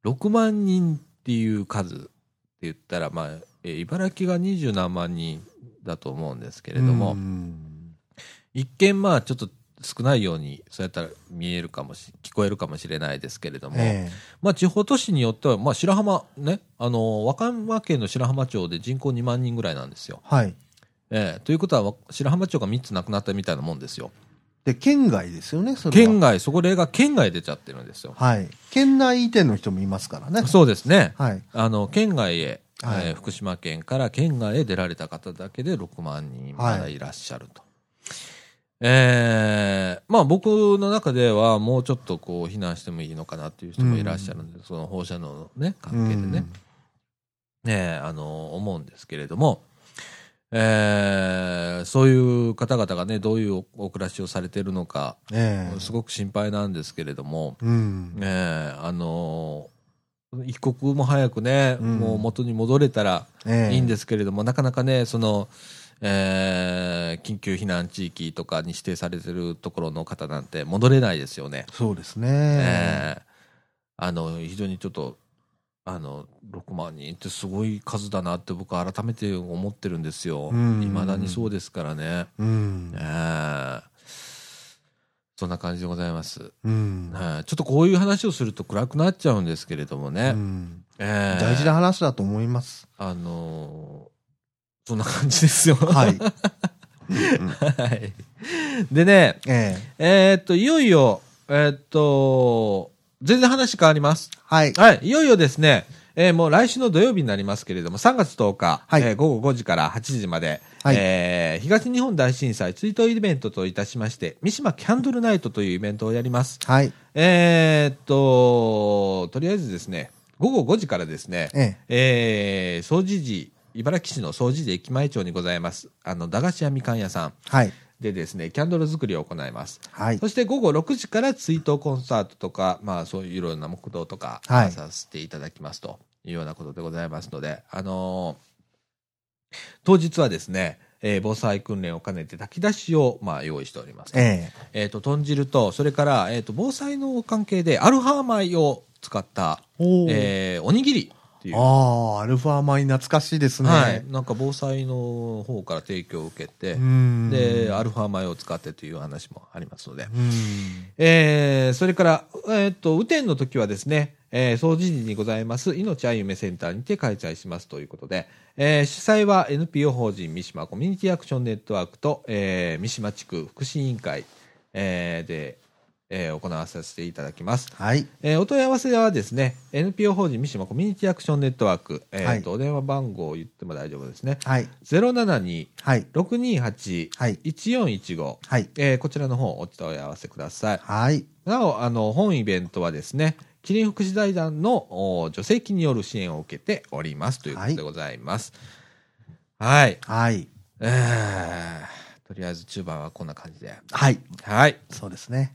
[SPEAKER 1] 6万人っていう数って言ったら、まあ、えー茨城が二十何万人だと思うんですけ
[SPEAKER 2] け
[SPEAKER 1] れども、一見まあちょっと少ないようにそうやったら見えるかもし聞こえるかもしれないですけれども、
[SPEAKER 2] え
[SPEAKER 1] まあ、地方都市によっては、まあ、白浜ねあの和歌山県の白浜町で人口2万人ぐらいなんですよ。
[SPEAKER 2] えはい
[SPEAKER 1] ええということはわ白浜町が3つなくなったみたいなもんですよ。
[SPEAKER 2] で県外ですよねそれは
[SPEAKER 1] 県外そこ例が県外出ちゃってるんですよ。
[SPEAKER 2] はい県内移転の人もいますからね
[SPEAKER 1] そうですね。
[SPEAKER 2] はい
[SPEAKER 1] あの県外へ、
[SPEAKER 2] はい
[SPEAKER 1] えー福島県から県外へ出られた方だけで6万人
[SPEAKER 2] は
[SPEAKER 1] ま
[SPEAKER 2] い
[SPEAKER 1] だいらっしゃると。えーまあ僕の中ではもうちょっとこう避難してもいいのかなっていう人もいらっしゃるんで、その放射能のね、関係でね、ねえあの、思うんですけれども、えーそういう方々がね、どういうお暮らしをされているのか、
[SPEAKER 2] うんええ
[SPEAKER 1] すごく心配なんですけれども、
[SPEAKER 2] うん
[SPEAKER 1] ねえあのー一刻も早くね、
[SPEAKER 2] うん
[SPEAKER 1] もう元に戻れたら
[SPEAKER 2] ええ
[SPEAKER 1] いいんですけれども、なかなかね、その、えー緊急避難地域とかに指定されてるところの方なんて戻れないですよね。
[SPEAKER 2] そうですね
[SPEAKER 1] ええあの、非常にちょっと、あの、6万人ってすごい数だなって僕は改めて思ってるんですよ。い
[SPEAKER 2] うん
[SPEAKER 1] まだにそうですからね。
[SPEAKER 2] うん
[SPEAKER 1] ええそんな感じでございます。
[SPEAKER 2] うん
[SPEAKER 1] はい、ちょっとこういう話をすると暗くなっちゃうんですけれども
[SPEAKER 2] う
[SPEAKER 1] ね、
[SPEAKER 2] ん
[SPEAKER 1] えー
[SPEAKER 2] 大事な話だと思い ます
[SPEAKER 1] あのーそんな感じですよ。
[SPEAKER 2] はい
[SPEAKER 1] はい でね、
[SPEAKER 2] ええ
[SPEAKER 1] えーっと、いよいよ、えーっと、全然話変わります。
[SPEAKER 2] はい
[SPEAKER 1] はい、いよいよですね、えーもう来週の土曜日になりますけれども、3月10日、
[SPEAKER 2] はい
[SPEAKER 1] えー午後5時から8時まで、
[SPEAKER 2] はい
[SPEAKER 1] えー東日本大震災追悼イベントといたしまして、三島キャンドルナイトというイベントをやります。
[SPEAKER 2] はい
[SPEAKER 1] えーっと、とりあえずですね、午後5時からですね、
[SPEAKER 2] ええ
[SPEAKER 1] えー総除寺、茨城市の総除寺駅前町にございます、あの、駄菓子屋みかん屋さん
[SPEAKER 2] はい
[SPEAKER 1] でですね、キャンドル作りを行います。
[SPEAKER 2] はい
[SPEAKER 1] そして午後6時から追悼コンサートとか、まあそういういろんな木道とか、
[SPEAKER 2] はい
[SPEAKER 1] させていただきますというようなことでございますので、あのー当日はですね、えー防災訓練を兼ねて炊き出しを、まあ、用意しております。
[SPEAKER 2] ええ
[SPEAKER 1] えっ、と、豚汁と、それから、えっ、と、防災の関係で、アルファ米を使った、
[SPEAKER 2] おー
[SPEAKER 1] えーおにぎりっていう。
[SPEAKER 2] ああアルファ米懐かしいですね
[SPEAKER 1] はい。なんか防災の方から提供を受けて
[SPEAKER 2] う、ん
[SPEAKER 1] で、アルファ米を使ってという話もありますので。
[SPEAKER 2] うん
[SPEAKER 1] えーそれから、えっ、と、雨天の時はですね、えー、総知事にございます、命あゆめセンターにて開催しますということで、えー主催は NPO 法人三島コミュニティアクションネットワークと、えー三島地区福祉委員会、えーで、えー行わさせていただきます。
[SPEAKER 2] はい
[SPEAKER 1] えーお問い合わせはですね、NPO 法人三島コミュニティアクションネットワーク、えーとお電話番号を言っても大丈夫ですね。
[SPEAKER 2] はいはいはい
[SPEAKER 1] 072-628-1415、
[SPEAKER 2] はい
[SPEAKER 1] えーこちらの方お問い合わせください。
[SPEAKER 2] はい
[SPEAKER 1] なお、あの、本イベントはですね、キリン福祉財団のお助成金による支援を受けておりますということでございます。はい。
[SPEAKER 2] はい
[SPEAKER 1] えーとりあえず中盤はこんな感じで。
[SPEAKER 2] はい
[SPEAKER 1] はい。
[SPEAKER 2] そうですね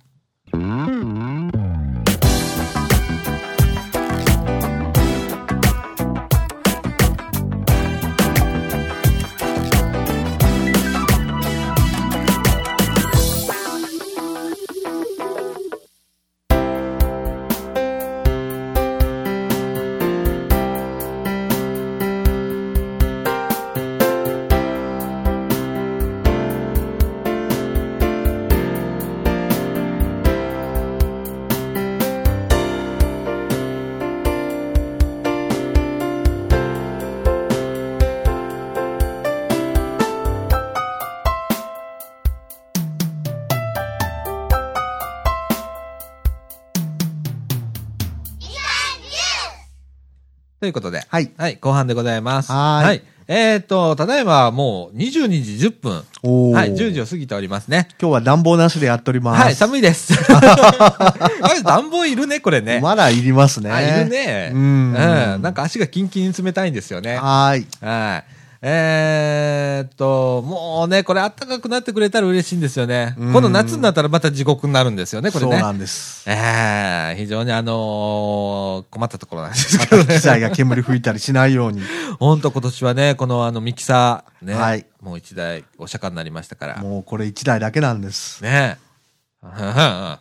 [SPEAKER 1] ということで、
[SPEAKER 2] はい。
[SPEAKER 1] はい、後半でございます。
[SPEAKER 2] はーい
[SPEAKER 1] えっ、と、ただいまもう22時10分。
[SPEAKER 2] おー
[SPEAKER 1] はい、10時を過ぎておりますね。
[SPEAKER 2] 今日は暖房なしでやっております。
[SPEAKER 1] はい、寒い です。あれ、暖房いるね、これね。
[SPEAKER 2] まだいりますね。
[SPEAKER 1] あ、いるね。
[SPEAKER 2] うん
[SPEAKER 1] うん。なんか足がキンキンに冷たいんですよね。
[SPEAKER 2] はーい。
[SPEAKER 1] はい。えーっと、もうね、これ暖かくなってくれたら嬉しいんですよね。
[SPEAKER 2] うん
[SPEAKER 1] この夏になったらまた地獄になるんですよね、これ
[SPEAKER 2] そう
[SPEAKER 1] ね
[SPEAKER 2] な。んです。
[SPEAKER 1] ええ非常にあのー困ったところなんです
[SPEAKER 2] ま
[SPEAKER 1] けど
[SPEAKER 2] た
[SPEAKER 1] ね
[SPEAKER 2] 機。材が煙吹いたりしな いように。
[SPEAKER 1] ほんと今年はね、このあのミキサーね、
[SPEAKER 2] はい
[SPEAKER 1] もう一台お釈迦になりましたから。
[SPEAKER 2] もうこれ一台だけなんです。
[SPEAKER 1] ね え。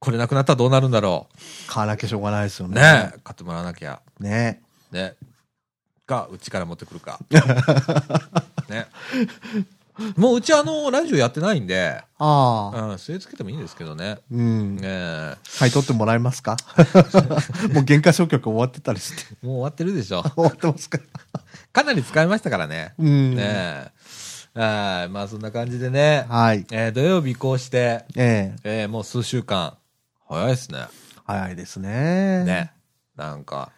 [SPEAKER 1] これなくなったらどうなるんだろ
[SPEAKER 2] 買わなきゃしょうがないですよ
[SPEAKER 1] う。
[SPEAKER 2] ね。
[SPEAKER 1] ねえ。買ってもらわなきゃ。
[SPEAKER 2] ね
[SPEAKER 1] ね。か、うちから持ってくる か。ね。もううちあの、ラジオやってないんで、
[SPEAKER 2] あ
[SPEAKER 1] う
[SPEAKER 2] あ。
[SPEAKER 1] ん、据え付けてもいいんですけどね。
[SPEAKER 2] うん。
[SPEAKER 1] ねえ。
[SPEAKER 2] 買い取ってもらえま すかもう原価償却終わってたりして。
[SPEAKER 1] もう終わってるでしょ。
[SPEAKER 2] 終わってますか
[SPEAKER 1] かなり使いましたからね。
[SPEAKER 2] うん。
[SPEAKER 1] ねえ。はい。まあそんな感じでね。
[SPEAKER 2] はい。
[SPEAKER 1] えー土曜日移行して、
[SPEAKER 2] ええ
[SPEAKER 1] えーもう数週間。早いですね。
[SPEAKER 2] 早いですね。
[SPEAKER 1] ね。なんか、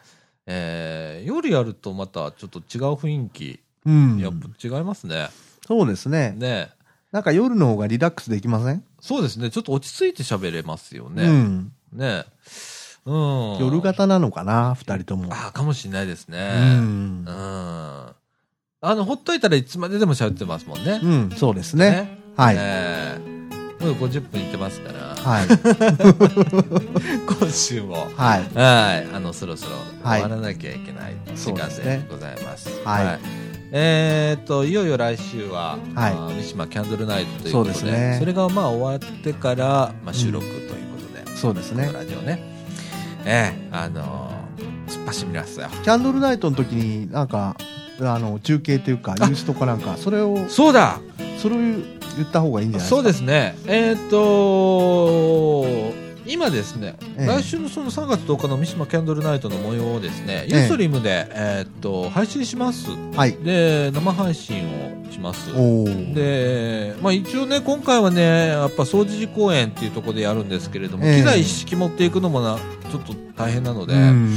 [SPEAKER 1] えー夜やるとまたちょっと違う雰囲気。
[SPEAKER 2] うん。
[SPEAKER 1] やっぱ違いますね。
[SPEAKER 2] そうですね。
[SPEAKER 1] ねえ。
[SPEAKER 2] なんか夜の方がリラックスできません
[SPEAKER 1] そうですね。ちょっと落ち着いて喋れますよ
[SPEAKER 2] う
[SPEAKER 1] ね。
[SPEAKER 2] ん。
[SPEAKER 1] ねえ。うん。
[SPEAKER 2] 夜型なのかな二人とも。
[SPEAKER 1] ああ、かもしれないですね。
[SPEAKER 2] うん
[SPEAKER 1] うん。あの、ほっといたらいつまででも喋ってますもんね。
[SPEAKER 2] うん、そうですね。はい。
[SPEAKER 1] ええもう50分いってますから、
[SPEAKER 2] はい。
[SPEAKER 1] 今週も。
[SPEAKER 2] はい。
[SPEAKER 1] はい、あの、そろそろ
[SPEAKER 2] はい
[SPEAKER 1] 終わらなきゃいけない時間
[SPEAKER 2] そうで
[SPEAKER 1] で
[SPEAKER 2] すね
[SPEAKER 1] ございます。
[SPEAKER 2] はい
[SPEAKER 1] えーっと、いよいよ来週は、
[SPEAKER 2] はい
[SPEAKER 1] まあ三島キャンドルナイトということで、
[SPEAKER 2] そ
[SPEAKER 1] そう
[SPEAKER 2] ですね
[SPEAKER 1] れがまあ終わってから、まあ、収録ということで、
[SPEAKER 2] そうですね
[SPEAKER 1] この。ラジオね。ええあのー突っ走りますよ。
[SPEAKER 2] キャンドルナイトの時になんか、あの、中継というか、
[SPEAKER 1] あ
[SPEAKER 2] ニュースとかなんか、それを、
[SPEAKER 1] そうだ
[SPEAKER 2] それを言った方がいいんじゃないですか。
[SPEAKER 1] そうですね。えーっと、今ですね、
[SPEAKER 2] ええ
[SPEAKER 1] 来週のその3月10日の三島キャンドルナイトの模様をですね、
[SPEAKER 2] ええ
[SPEAKER 1] ユーストリームで、えーっと、配信します。
[SPEAKER 2] はい。
[SPEAKER 1] で、生配信をします。
[SPEAKER 2] おー。
[SPEAKER 1] で、まあ一応ね、今回はね、やっぱ総除寺公園っていうところでやるんですけれども、
[SPEAKER 2] ええ
[SPEAKER 1] 機材一式持っていくのもな、ちょっと大変なので、
[SPEAKER 2] うん。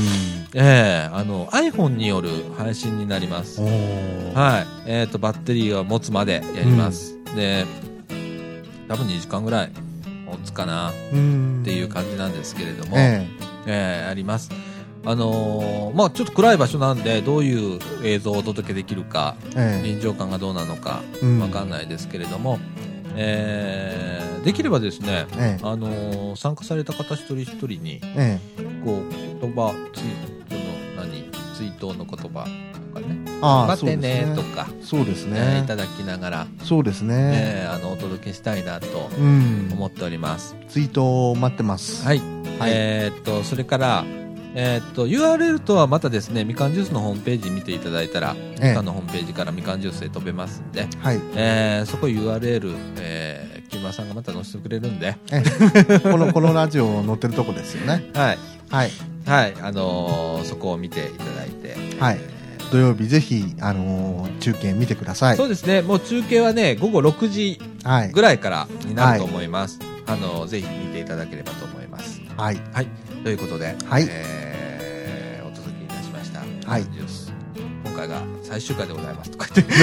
[SPEAKER 1] ええあの、iPhone による配信になります
[SPEAKER 2] お。ー。
[SPEAKER 1] はい。えっ、と、バッテリーを持つまでやります。で、多分2時間ぐらい持つかなっ
[SPEAKER 2] うん。
[SPEAKER 1] ていう感じなんですけれども、え
[SPEAKER 2] え
[SPEAKER 1] えあります。あのーまあちょっと暗い場所なんで、どういう映像をお届けできるか、
[SPEAKER 2] え。え
[SPEAKER 1] 臨場感がどうなのか、
[SPEAKER 2] え。うん
[SPEAKER 1] わかんないですけれども、えーできればですね、
[SPEAKER 2] ええ。
[SPEAKER 1] あのー参加された方一人一人に、
[SPEAKER 2] え
[SPEAKER 1] こう、言葉、ツイートの、何、追悼の言葉とかね、
[SPEAKER 2] え。ああ、
[SPEAKER 1] 待
[SPEAKER 2] そう
[SPEAKER 1] っ
[SPEAKER 2] で
[SPEAKER 1] て
[SPEAKER 2] す
[SPEAKER 1] ね
[SPEAKER 2] ね
[SPEAKER 1] と。か、
[SPEAKER 2] そうです
[SPEAKER 1] えーい
[SPEAKER 2] ね
[SPEAKER 1] た。だきながら、
[SPEAKER 2] そうですね。
[SPEAKER 1] えーあのお届けしたいなと
[SPEAKER 2] うん。
[SPEAKER 1] 思っております。
[SPEAKER 2] ツイートを待ってます。
[SPEAKER 1] はい、
[SPEAKER 2] はい
[SPEAKER 1] えーっとそれから、えーっと URL とはまたですねみかんジュースのホームページ見ていただいたら、み
[SPEAKER 2] え
[SPEAKER 1] かんのホームページからみかんジュースへ飛べますんで、
[SPEAKER 2] え。はい。
[SPEAKER 1] えーそこ URL、えー、木村さんがまた載せてくれるんで、
[SPEAKER 2] ええ この、このラジオ載ってるとこですよね。
[SPEAKER 1] はい
[SPEAKER 2] はい。
[SPEAKER 1] はいあのーそこを見ていただいて。
[SPEAKER 2] はい
[SPEAKER 1] えー
[SPEAKER 2] 土曜日ぜひ、あのー中継見てください
[SPEAKER 1] そ。うですね、もう中継はね、午後6時
[SPEAKER 2] はい。
[SPEAKER 1] ぐらいからになると思います。あのーぜひ見ていただければと思います。
[SPEAKER 2] はい。
[SPEAKER 1] はい、ということで、
[SPEAKER 2] はい
[SPEAKER 1] えーお届けいたしました。
[SPEAKER 2] はい
[SPEAKER 1] ニュース今回が最終回でございますとか言って。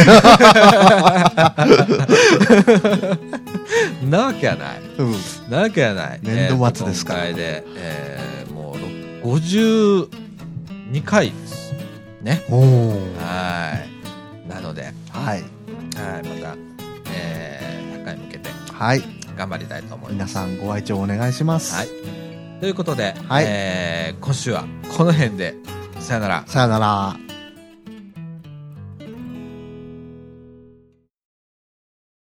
[SPEAKER 1] なわけはない。
[SPEAKER 2] うん。
[SPEAKER 1] なわけはない。
[SPEAKER 2] 年度末ですから
[SPEAKER 1] えー今回で、えーもうろ52回です。ね。
[SPEAKER 2] おー。
[SPEAKER 1] はい。なので、はい、
[SPEAKER 2] はい。
[SPEAKER 1] また、えー、100回向けて
[SPEAKER 2] はい。
[SPEAKER 1] 頑張りたいと思います。
[SPEAKER 2] 皆さんご愛聴お願いします。
[SPEAKER 1] はい。ということで、
[SPEAKER 2] はい
[SPEAKER 1] えー今週はこの辺で、さよなら。
[SPEAKER 2] さよなら。